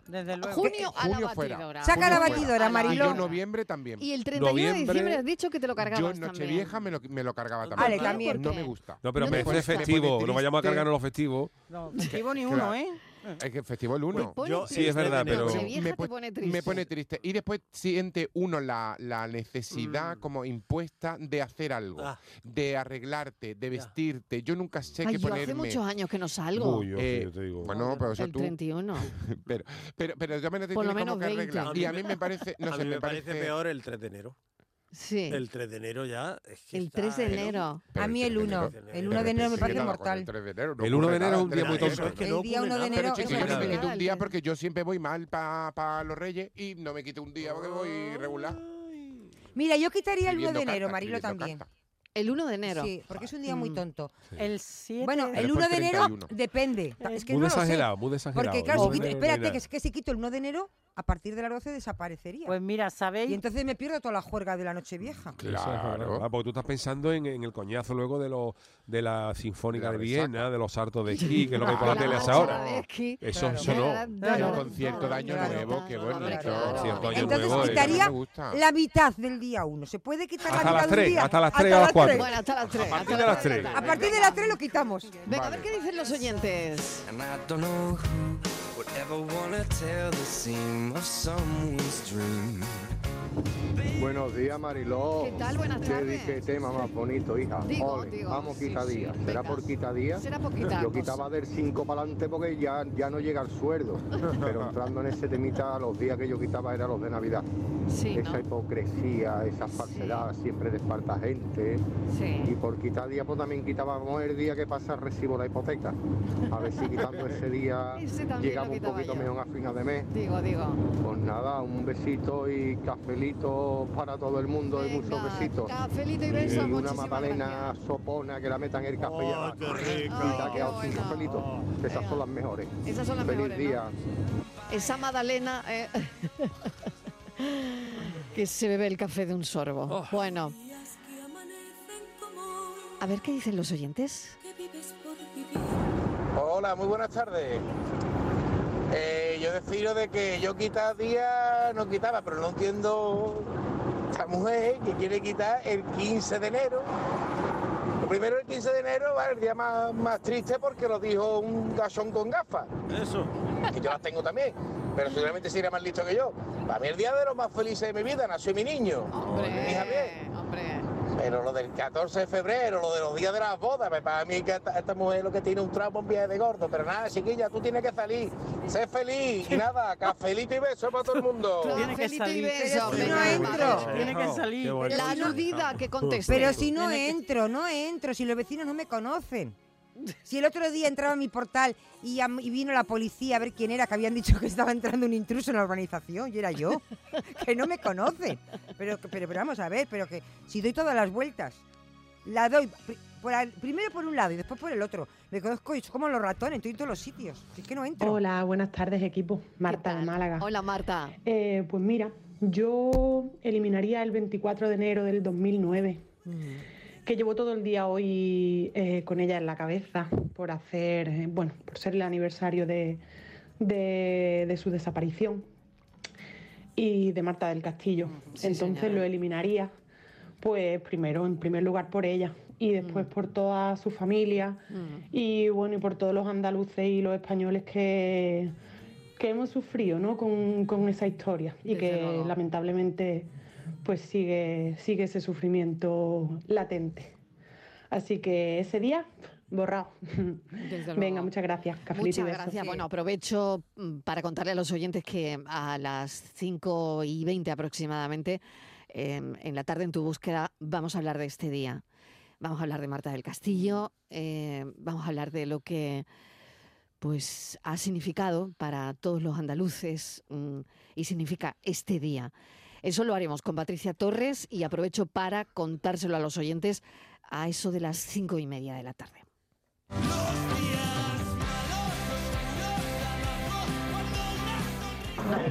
Speaker 1: Junio a la
Speaker 5: Junio fuera.
Speaker 1: batidora.
Speaker 8: Saca la
Speaker 5: Junio
Speaker 8: batidora,
Speaker 5: fuera. Ah,
Speaker 8: Mariló.
Speaker 5: Y yo noviembre también.
Speaker 1: Y el 31 de diciembre has dicho que te lo
Speaker 5: Yo
Speaker 1: cargabas
Speaker 5: en
Speaker 1: también.
Speaker 5: Nochevieja me lo, me lo cargaba también.
Speaker 1: Ale, también.
Speaker 5: No me gusta.
Speaker 6: No, pero
Speaker 5: Me
Speaker 6: me
Speaker 5: pone-
Speaker 6: es festivo. No vayamos a cargarnos los festivos.
Speaker 7: No,
Speaker 5: festivo
Speaker 7: ni uno, ¿eh?
Speaker 5: Es que festivo el
Speaker 1: Pues
Speaker 5: uno.
Speaker 6: pone Yo- Sí, es triste. verdad, pero-
Speaker 1: Nochevieja
Speaker 5: Me
Speaker 1: te
Speaker 5: pon-
Speaker 1: pone
Speaker 5: Me
Speaker 1: triste.
Speaker 5: pone triste. Y después siente uno la, la necesidad
Speaker 6: Mm.
Speaker 5: como impuesta de hacer algo,
Speaker 1: Ah.
Speaker 5: de arreglarte, de vestirte. Yo nunca sé
Speaker 1: Ay,
Speaker 5: qué
Speaker 1: yo
Speaker 5: ponerme.
Speaker 1: hace muchos años que no salgo.
Speaker 6: Uy, yo-
Speaker 5: Eh,
Speaker 6: yo te digo.
Speaker 5: Bueno, pero eso
Speaker 1: el
Speaker 5: tú.
Speaker 1: 31.
Speaker 5: Pero, pero, pero yo me
Speaker 1: Por lo
Speaker 5: tienes como
Speaker 1: menos
Speaker 5: que
Speaker 1: 20.
Speaker 5: arreglar. Y a mí me parece. No
Speaker 9: a
Speaker 5: sé,
Speaker 9: mí
Speaker 5: me parece.
Speaker 9: peor el 3 de enero.
Speaker 1: Sí.
Speaker 9: El 3 de enero ya. Es que
Speaker 1: El
Speaker 9: está-
Speaker 1: 3 de enero.
Speaker 8: A mí el 1. El 1 de enero me parece mortal.
Speaker 6: El 1 de enero es un día muy tonto.
Speaker 8: El día 1 de
Speaker 5: Pero,
Speaker 8: enero
Speaker 5: chico,
Speaker 8: es
Speaker 5: yo no me
Speaker 8: horrible.
Speaker 5: quito un día porque yo siempre voy mal para los reyes y no me quito un día porque voy regular.
Speaker 8: Mira, yo quitaría el 1 de
Speaker 5: Escribiendo
Speaker 8: enero,
Speaker 5: carta,
Speaker 8: Marilo
Speaker 5: escribiendo
Speaker 8: también.
Speaker 1: El 1 de enero.
Speaker 8: Sí, porque es un día muy
Speaker 1: Mm.
Speaker 8: tonto.
Speaker 7: El 7
Speaker 8: Bueno,
Speaker 7: de-
Speaker 8: el
Speaker 6: Después
Speaker 8: 1 de enero
Speaker 6: 31.
Speaker 8: depende. Ta- Es que
Speaker 6: Muy
Speaker 8: no lo sé.
Speaker 6: desagerado, muy desagerado.
Speaker 8: Porque
Speaker 6: El
Speaker 8: claro, si
Speaker 6: 1 de
Speaker 8: quito-
Speaker 6: enero no hay
Speaker 8: espérate,
Speaker 6: nada.
Speaker 8: que, es que si quito el 1 de enero, a partir de las 12 desaparecería.
Speaker 7: Pues mira, ¿sabéis?
Speaker 8: Y entonces me pierdo toda la juerga de la noche vieja.
Speaker 6: Eso es verdad. Ah, porque tú estás pensando en, en el coñazo luego de lo, de la Sinfónica de, Viena, de los hartos de esquí, que es lo que hay por la
Speaker 5: Ah, La
Speaker 6: tele
Speaker 5: marcha
Speaker 6: hace ahora.
Speaker 5: de esquí.
Speaker 6: Eso,
Speaker 5: Claro.
Speaker 6: eso no.
Speaker 5: Claro. El concierto de Año Nuevo, qué bonito.
Speaker 6: Concierto de Año
Speaker 8: Entonces
Speaker 6: Nuevo, eh,
Speaker 8: quitaría
Speaker 6: me gusta.
Speaker 8: la mitad del día 1. ¿Se puede quitar
Speaker 6: Hasta
Speaker 8: la mitad
Speaker 6: las
Speaker 8: del
Speaker 6: tres,
Speaker 8: día?
Speaker 6: hasta las tres o las cuatro.
Speaker 8: tres.
Speaker 6: Bueno,
Speaker 1: hasta las tres, A
Speaker 6: partir hasta de las las tres. tres.
Speaker 8: A partir de las 3 lo quitamos.
Speaker 1: Venga, a ver qué dicen los oyentes.
Speaker 3: And I don't know who would ever want to tell the seam of someone's dream.
Speaker 22: Buenos días, Mariló.
Speaker 1: ¿Qué tal? Buenas
Speaker 22: Qué,
Speaker 1: tardes.
Speaker 22: qué tema más bonito, hija.
Speaker 1: Digo,
Speaker 22: Ole,
Speaker 1: digo,
Speaker 22: vamos,
Speaker 1: sí,
Speaker 22: quitadía.
Speaker 1: sí, venga.
Speaker 22: ¿Será por quitadía?
Speaker 1: Será por quitar,
Speaker 22: Yo
Speaker 1: pues.
Speaker 22: quitaba del 5 para adelante porque ya, ya no llega el sueldo. Pero entrando en ese temita, los días que yo quitaba eran los de Navidad.
Speaker 1: Sí,
Speaker 22: esa hipocresía, esa falsedad siempre de falta gente. Y por quitadía, pues también quitábamos el día que pasa el recibo de la hipoteca. A ver si quitando ese día
Speaker 1: Ese también lo
Speaker 22: llegamos un
Speaker 1: quitaba
Speaker 22: poquito
Speaker 1: yo.
Speaker 22: mejor a final de mes.
Speaker 1: Digo, digo.
Speaker 22: Pues nada, un besito y cafelito para todo el mundo y muchos besitos.
Speaker 1: Cafelito y besos,
Speaker 22: Y una
Speaker 1: muchísimas
Speaker 22: magdalena sopona que la metan en el café y ya va. Y te ha quedado sin cafelito, que esas son las mejores.
Speaker 1: Esas son las
Speaker 22: Feliz
Speaker 1: mejores, ¿no?
Speaker 22: día.
Speaker 1: Esa Madalena eh, que se bebe el café de un sorbo. Bueno, a ver qué dicen los oyentes.
Speaker 23: Hola, muy buenas tardes. Eh, yo decido de que yo quitaba día, no quitaba, pero no entiendo esta mujer que quiere quitar el 15 de enero. Lo primero el 15 de enero va el día más, más triste porque lo dijo un gachón con gafas. Eso. Que yo las tengo también, pero seguramente sería más listo que yo. Para mí el día de los más felices de mi vida nació mi niño. Mi Javier.
Speaker 1: eh,
Speaker 23: Pero lo del 14 de febrero, lo de los días de las bodas, me- para mí que esta, esta mujer lo que tiene un trapo en viaje de gordo. Pero nada, chiquilla, tú tienes que salir. Sé feliz y nada, cafelito y besos para todo el mundo.
Speaker 1: Tiene que Cafelito y salir. besos, Pero si venga, no
Speaker 8: entro.
Speaker 1: Tiene que salir. La aludida que contesté.
Speaker 8: Pero si no entro, no entro, si los vecinos no me conocen. Si el otro día entraba a mi portal y, am- y vino la policía a ver quién era, que habían dicho que estaba entrando un intruso en la urbanización, y era yo, que no me conocen. Pero, que- pero, pero vamos a ver, pero que si doy todas las vueltas, la doy, pri- por al- primero por un lado y después por el otro. Me conozco, yo soy como los ratones, estoy en todos los sitios. Si es que no entro.
Speaker 24: Hola, buenas tardes equipo. Marta de Málaga.
Speaker 1: Hola Marta.
Speaker 24: pues mira, yo eliminaría el 24 de enero del 2009, que llevo todo el día hoy eh, con ella en la cabeza por hacer, eh, bueno, por ser el aniversario de, de- de su desaparición y de Marta del Castillo. Entonces
Speaker 10: señora.
Speaker 24: lo eliminaría, pues primero, en primer lugar por ella y después
Speaker 1: Mm.
Speaker 24: por toda su familia. Y bueno, y por todos los andaluces y los españoles que, que hemos sufrido ¿no? con, con esa historia y que lamentablemente pues sigue, sigue ese sufrimiento latente. Así que ese día, borrado. Venga,
Speaker 1: luego.
Speaker 24: muchas gracias. Cafelito y
Speaker 1: Muchas
Speaker 24: besos.
Speaker 1: gracias. Bueno, aprovecho mm, para contarle a los oyentes que a las 5 y 20 aproximadamente, eh, en la tarde en tu búsqueda, vamos a hablar de este día. Vamos a hablar de Marta del Castillo, eh, vamos a hablar de lo que pues ha significado para todos los andaluces mm, y significa este día. Eso lo haremos con Patricia Torres y aprovecho para contárselo a los oyentes a eso de las cinco y media de la tarde.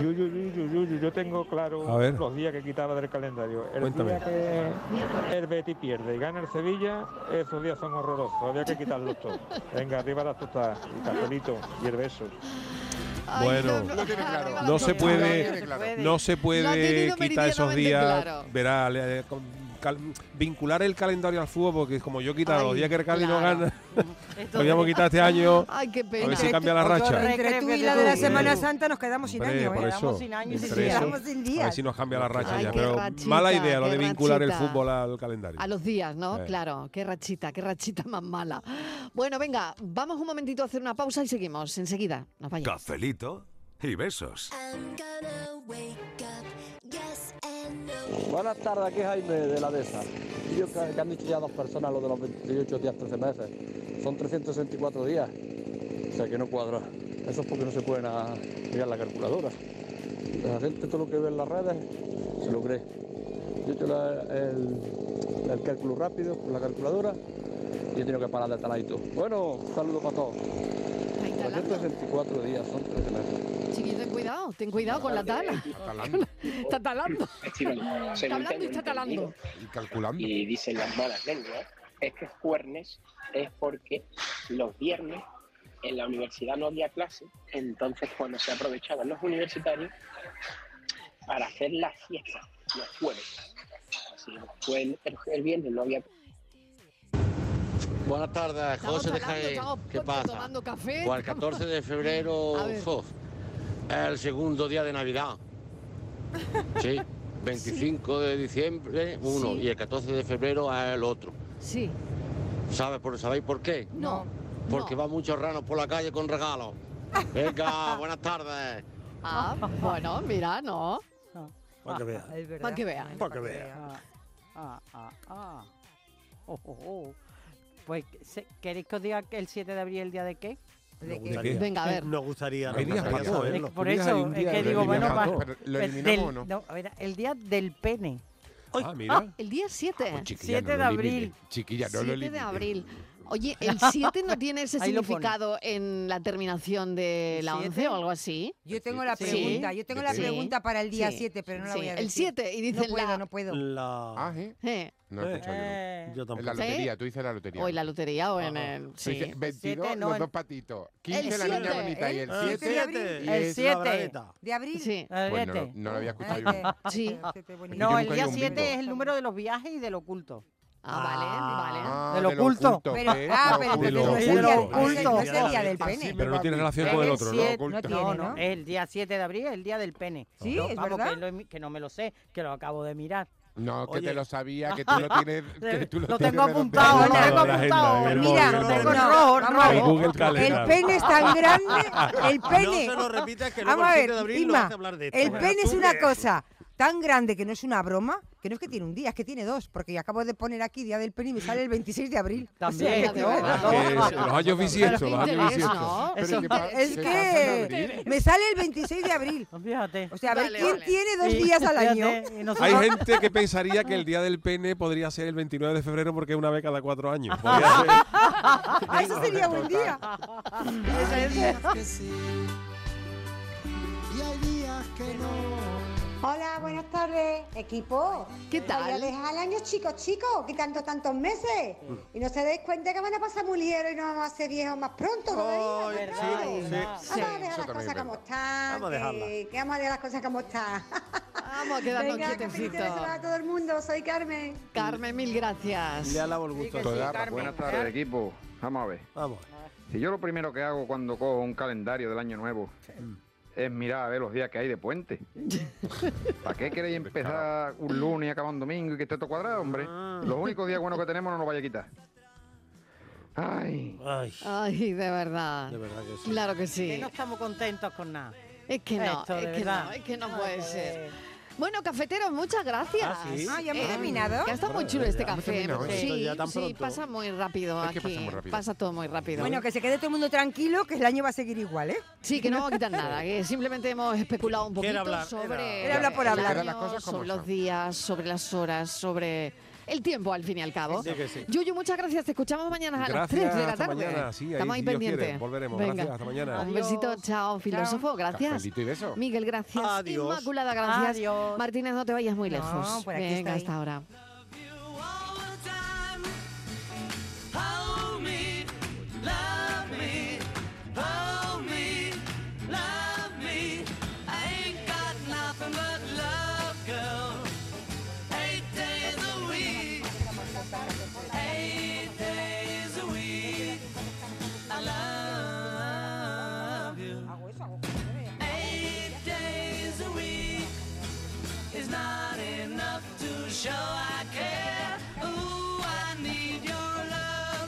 Speaker 25: Yo, yo, yo, yo, yo, yo, yo tengo
Speaker 6: A
Speaker 25: claro
Speaker 6: ver.
Speaker 25: los días que quitaba del calendario. El
Speaker 6: Cuéntame.
Speaker 25: día que el Betis pierde y gana el Sevilla, esos días son horrorosos. Había que quitarlos todos. Venga, arriba las tostadas, y cafelito y el beso.
Speaker 6: Bueno,
Speaker 25: Lo tiene claro.
Speaker 6: no se
Speaker 25: Lo tiene claro.
Speaker 6: puede, no se
Speaker 25: Lo ha
Speaker 6: puede
Speaker 25: tenido
Speaker 6: quitar esos
Speaker 25: meridianamente
Speaker 6: días.
Speaker 25: claro.
Speaker 6: Verá, le- con- cal- vincular el calendario al fútbol, porque como yo he quitado los
Speaker 1: Ay,
Speaker 6: días que el Cali no
Speaker 1: claro.
Speaker 6: gana, lo habíamos quitado este año.
Speaker 1: Ay, qué pena.
Speaker 6: A ver si cambia la racha.
Speaker 8: Entre tú y la de la
Speaker 6: Sí.
Speaker 8: Semana Santa nos quedamos sin
Speaker 6: Hombre,
Speaker 8: año,
Speaker 6: por
Speaker 8: ¿eh?
Speaker 6: eso, entre eso,
Speaker 8: quedamos sin
Speaker 6: A ver
Speaker 8: días.
Speaker 6: si nos cambia la racha
Speaker 1: Ay,
Speaker 6: ya.
Speaker 1: qué
Speaker 6: Pero
Speaker 1: rachita,
Speaker 6: mala idea lo
Speaker 1: qué
Speaker 6: de vincular el
Speaker 1: rachita.
Speaker 6: fútbol al calendario.
Speaker 1: A los días, ¿no?
Speaker 6: Eh.
Speaker 1: Claro, qué rachita, qué rachita más mala. Bueno, venga, vamos un momentito a hacer una pausa y seguimos enseguida. Nos vayamos.
Speaker 14: Cafelito y besos.
Speaker 26: Buenas tardes, aquí Jaime de la DESA. Y Yo que, que han dicho ya dos personas lo de los 28 días, 13 meses. Son 364 días. O sea que no cuadra. Eso es porque no se pueden a- mirar la calculadora. La gente todo lo que ve en las redes se lo cree. Yo he hecho la- el, el cálculo rápido con la calculadora y he tenido que parar de taladito. Bueno, saludos para todos. 364 días, son 13 meses.
Speaker 1: Chiquillo, ten cuidado, ten cuidado con la tala. Está talando. Está hablando y está talando.
Speaker 5: Y calculando.
Speaker 27: Y dicen las malas lenguas, es que jueves es porque los viernes en la universidad no había clase, entonces cuando se aprovechaban los universitarios para hacer la fiesta los jueves. Así que fue el, el- el viernes no había
Speaker 28: Buenas tardes,
Speaker 27: Estamos
Speaker 28: José de
Speaker 27: hablando,
Speaker 28: Jaén.
Speaker 27: estamos
Speaker 28: ¿Qué pasa?
Speaker 1: tomando café.
Speaker 28: Pues el 14 de febrero,
Speaker 1: A ver.
Speaker 28: uf, el segundo día de Navidad. Sí, 25 de diciembre, uno,
Speaker 1: Sí.
Speaker 28: y el 14 de febrero es el otro.
Speaker 1: Sí.
Speaker 28: ¿Sabe por, ¿Sabéis por qué?
Speaker 1: No.
Speaker 28: Porque va muchos ranos por la calle con regalos. Venga, buenas tardes.
Speaker 1: Ah, bueno, mira, no.
Speaker 28: Para que vea.
Speaker 1: Para que vean.
Speaker 28: Para que vea.
Speaker 7: Ah, ah, ah, ah. Oh, oh, oh. Pues, ¿se- ¿queréis que os diga que el 7 de abril el día de qué?
Speaker 9: Nos gustaría- Nos gustaría, nos
Speaker 6: Hay días
Speaker 9: gustaría
Speaker 6: para todo, ¿eh?
Speaker 9: saberlo.
Speaker 7: Por eso, es que digo, bueno, va- pues del-
Speaker 9: o no?
Speaker 7: a ver, el día del pene.
Speaker 6: Ah, mira.
Speaker 1: El día 7.
Speaker 5: Ah, Pues chiquilla, no
Speaker 7: 7 de
Speaker 5: lo elimine.
Speaker 7: abril.
Speaker 5: Chiquilla, no lo
Speaker 1: 7 de
Speaker 5: elimine.
Speaker 1: abril. Oye, ¿el 7 no tiene ese
Speaker 7: Ahí lo pone.
Speaker 1: significado en la terminación de la 11 o algo así?
Speaker 8: Yo tengo la pregunta, yo tengo la pregunta para el día 7, pero no la voy a decir.
Speaker 1: El 7 y dicen
Speaker 8: No puedo,
Speaker 1: la-
Speaker 8: no puedo.
Speaker 5: Ah, ¿sí?
Speaker 1: Eh.
Speaker 5: No he escuchado yo.
Speaker 9: Yo tampoco.
Speaker 5: En la
Speaker 1: ¿Sí?
Speaker 5: lotería, tú dices la lotería.
Speaker 1: O en la lotería o en
Speaker 5: Ajá.
Speaker 1: el...
Speaker 5: Tú
Speaker 1: Sí.
Speaker 5: dices 22,
Speaker 8: Siete, no,
Speaker 5: los
Speaker 8: el-
Speaker 5: dos patitos. 15, la
Speaker 8: el
Speaker 5: niña
Speaker 8: siete,
Speaker 5: bonita. Y el
Speaker 8: ¿eh?
Speaker 5: 7.
Speaker 8: de
Speaker 5: y
Speaker 8: abril.
Speaker 7: El
Speaker 5: es la
Speaker 7: 7
Speaker 5: bragueta.
Speaker 8: de abril. Ah,
Speaker 1: Sí.
Speaker 5: Pues no, lo- no lo había escuchado yo.
Speaker 1: Sí.
Speaker 7: No,
Speaker 5: Yo
Speaker 7: el
Speaker 5: nunca he
Speaker 7: día
Speaker 5: ido a un
Speaker 7: 7
Speaker 5: bingo.
Speaker 7: es el número de los viajes y del oculto.
Speaker 1: Ah, vale, vale.
Speaker 5: Ah,
Speaker 7: de lo oculto.
Speaker 8: Pero-
Speaker 5: ¿ves?
Speaker 8: ah, pero
Speaker 5: De
Speaker 8: entonces
Speaker 5: lo
Speaker 8: no es el día-
Speaker 5: oculto.
Speaker 8: no es el- no es el día
Speaker 5: Así me
Speaker 8: del pene.
Speaker 5: va a mí.
Speaker 7: El 7 No, tiene, no, el día 7 de abril es el día del pene.
Speaker 8: Sí,
Speaker 7: No,
Speaker 8: es
Speaker 7: vamos,
Speaker 8: verdad.
Speaker 7: Que, lo- que no me lo sé, que lo acabo de mirar.
Speaker 5: No, que
Speaker 7: Oye.
Speaker 5: te lo sabía, que tú lo tienes. Que tú lo,
Speaker 7: Lo
Speaker 5: tienes redondeado.
Speaker 7: tengo apuntado, lo tengo
Speaker 6: la agenda,
Speaker 7: apuntado.
Speaker 6: en el
Speaker 7: Mira,
Speaker 6: móvil,
Speaker 7: lo
Speaker 6: en el
Speaker 7: tengo en
Speaker 6: móvil.
Speaker 7: rojo,
Speaker 6: En
Speaker 7: rojo.
Speaker 6: Google
Speaker 8: El
Speaker 6: Calendar.
Speaker 8: pene es tan grande, el
Speaker 9: No
Speaker 8: pene.
Speaker 9: se lo repitas, que luego
Speaker 8: Vamos a
Speaker 9: el
Speaker 8: ver,
Speaker 9: 7 de abril no
Speaker 8: Inma,
Speaker 9: hace hablar de esto.
Speaker 8: El pene es una cosa, tan grande que no es una broma, que no es que tiene un día, es que tiene dos, porque yo acabo de poner aquí Día del Pene y me sale el 26 de abril.
Speaker 7: También,
Speaker 8: O sea, que-
Speaker 7: de verdad. Ah, que es- los años bisiestos, los años
Speaker 8: Pero
Speaker 7: bisiestos. ¿no?
Speaker 8: Es
Speaker 7: Eso-
Speaker 8: que-
Speaker 7: ¿qué
Speaker 8: es
Speaker 7: pasa en
Speaker 8: que
Speaker 7: abril?
Speaker 8: me sale el 26 de abril. O sea, a ver,
Speaker 7: Vale,
Speaker 8: ¿quién
Speaker 7: vale.
Speaker 8: tiene dos
Speaker 7: Sí,
Speaker 8: días al año?
Speaker 7: fíjate, y
Speaker 6: Hay gente que pensaría que el día del pene podría ser el 29 de febrero porque es una vez cada cuatro años. Podría ser.
Speaker 8: Ah, Eso sería buen día.
Speaker 17: Eso es que sí. Y hay días que no.
Speaker 2: Hola, buenas tardes, equipo. ¿Qué
Speaker 1: tal?
Speaker 2: Ya deja el año, chicos, chicos, quitando tantos meses.
Speaker 1: Mm.
Speaker 2: Y no se dais cuenta que van a pasar muy lieros y nos vamos a hacer viejos más pronto todavía. ¿verdad?
Speaker 17: sí, sí,
Speaker 2: Vamos
Speaker 17: sí.
Speaker 2: a
Speaker 17: Eso
Speaker 2: dejar las
Speaker 17: también
Speaker 2: cosas
Speaker 17: es
Speaker 2: como
Speaker 17: verdad.
Speaker 2: están.
Speaker 17: Vamos a dejarlas.
Speaker 2: Eh, Que, que vamos a dejar las cosas como están. Vamos
Speaker 1: a quedarnos
Speaker 2: Venga, que
Speaker 1: quietecitos.
Speaker 2: felicidades a todo el mundo. Soy Carmen.
Speaker 1: Carmen, mil gracias.
Speaker 9: Le alabo el gusto.
Speaker 1: que sí,
Speaker 9: Toda-
Speaker 1: Carmen.
Speaker 9: buena
Speaker 11: Buenas tardes, equipo. Vamos a ver.
Speaker 9: Vamos.
Speaker 11: Si yo lo primero que hago cuando cojo un calendario del año nuevo es mirar a ver los días que hay de puente. ¿Para qué queréis empezar un lunes y acabar un domingo y que esté todo cuadrado, hombre?
Speaker 9: Ah.
Speaker 11: Los únicos días buenos que tenemos no nos vaya a quitar. Ay.
Speaker 1: Ay, de verdad. Claro que sí.
Speaker 7: Que no estamos contentos con nada.
Speaker 1: Es que no,
Speaker 7: Esto, de
Speaker 1: es que
Speaker 7: verdad.
Speaker 1: no, es que no
Speaker 7: Ay,
Speaker 1: puede
Speaker 7: qué
Speaker 1: ser. Bueno, cafeteros, muchas gracias.
Speaker 7: Ah, ¿sí? Ah, ¿ya hemos
Speaker 1: Eh,
Speaker 7: terminado?
Speaker 1: Ya está muy chulo
Speaker 7: Ya
Speaker 1: este
Speaker 7: hemos
Speaker 1: café.
Speaker 7: terminado, ¿eh?
Speaker 1: Sí,
Speaker 7: Ya tan
Speaker 1: sí,
Speaker 7: pronto.
Speaker 1: pasa muy rápido
Speaker 7: Es
Speaker 1: aquí.
Speaker 7: que pasa muy rápido.
Speaker 1: Pasa todo muy rápido.
Speaker 8: Bueno, que se quede todo el mundo tranquilo, que el año va a seguir igual, ¿eh?
Speaker 1: Sí, que no vamos a quitar nada, que simplemente hemos especulado un
Speaker 8: Quiere
Speaker 1: poquito
Speaker 8: hablar,
Speaker 1: sobre
Speaker 8: era- Era hablar por
Speaker 1: el
Speaker 8: hablar.
Speaker 1: año,
Speaker 8: Las cosas como
Speaker 1: sobre los
Speaker 8: son.
Speaker 1: días, sobre las horas, sobre el tiempo al fin y al cabo.
Speaker 6: Sí que sí.
Speaker 1: Yuyu, muchas gracias, te escuchamos mañana a las
Speaker 6: Gracias,
Speaker 1: 3 de la
Speaker 6: hasta
Speaker 1: tarde.
Speaker 6: mañana, sí, ahí,
Speaker 1: Estamos
Speaker 6: si
Speaker 1: ahí
Speaker 6: Dios quiere,
Speaker 1: pendientes.
Speaker 6: volveremos.
Speaker 1: Venga.
Speaker 6: Gracias, hasta mañana.
Speaker 1: Un besito, chao, filósofo, gracias.
Speaker 6: Cafelito y beso.
Speaker 1: Miguel, gracias.
Speaker 6: Adiós.
Speaker 1: Inmaculada, gracias.
Speaker 7: Adiós.
Speaker 1: Martínez, no te vayas muy
Speaker 7: No,
Speaker 1: lejos.
Speaker 7: por aquí
Speaker 1: Venga,
Speaker 7: estoy.
Speaker 1: hasta ahora.
Speaker 17: Hold me, love me, hold me, love me. I ain't got nothing but love, girl. Eight days a week, eight days a week. I love you. Eight days a week is not enough to show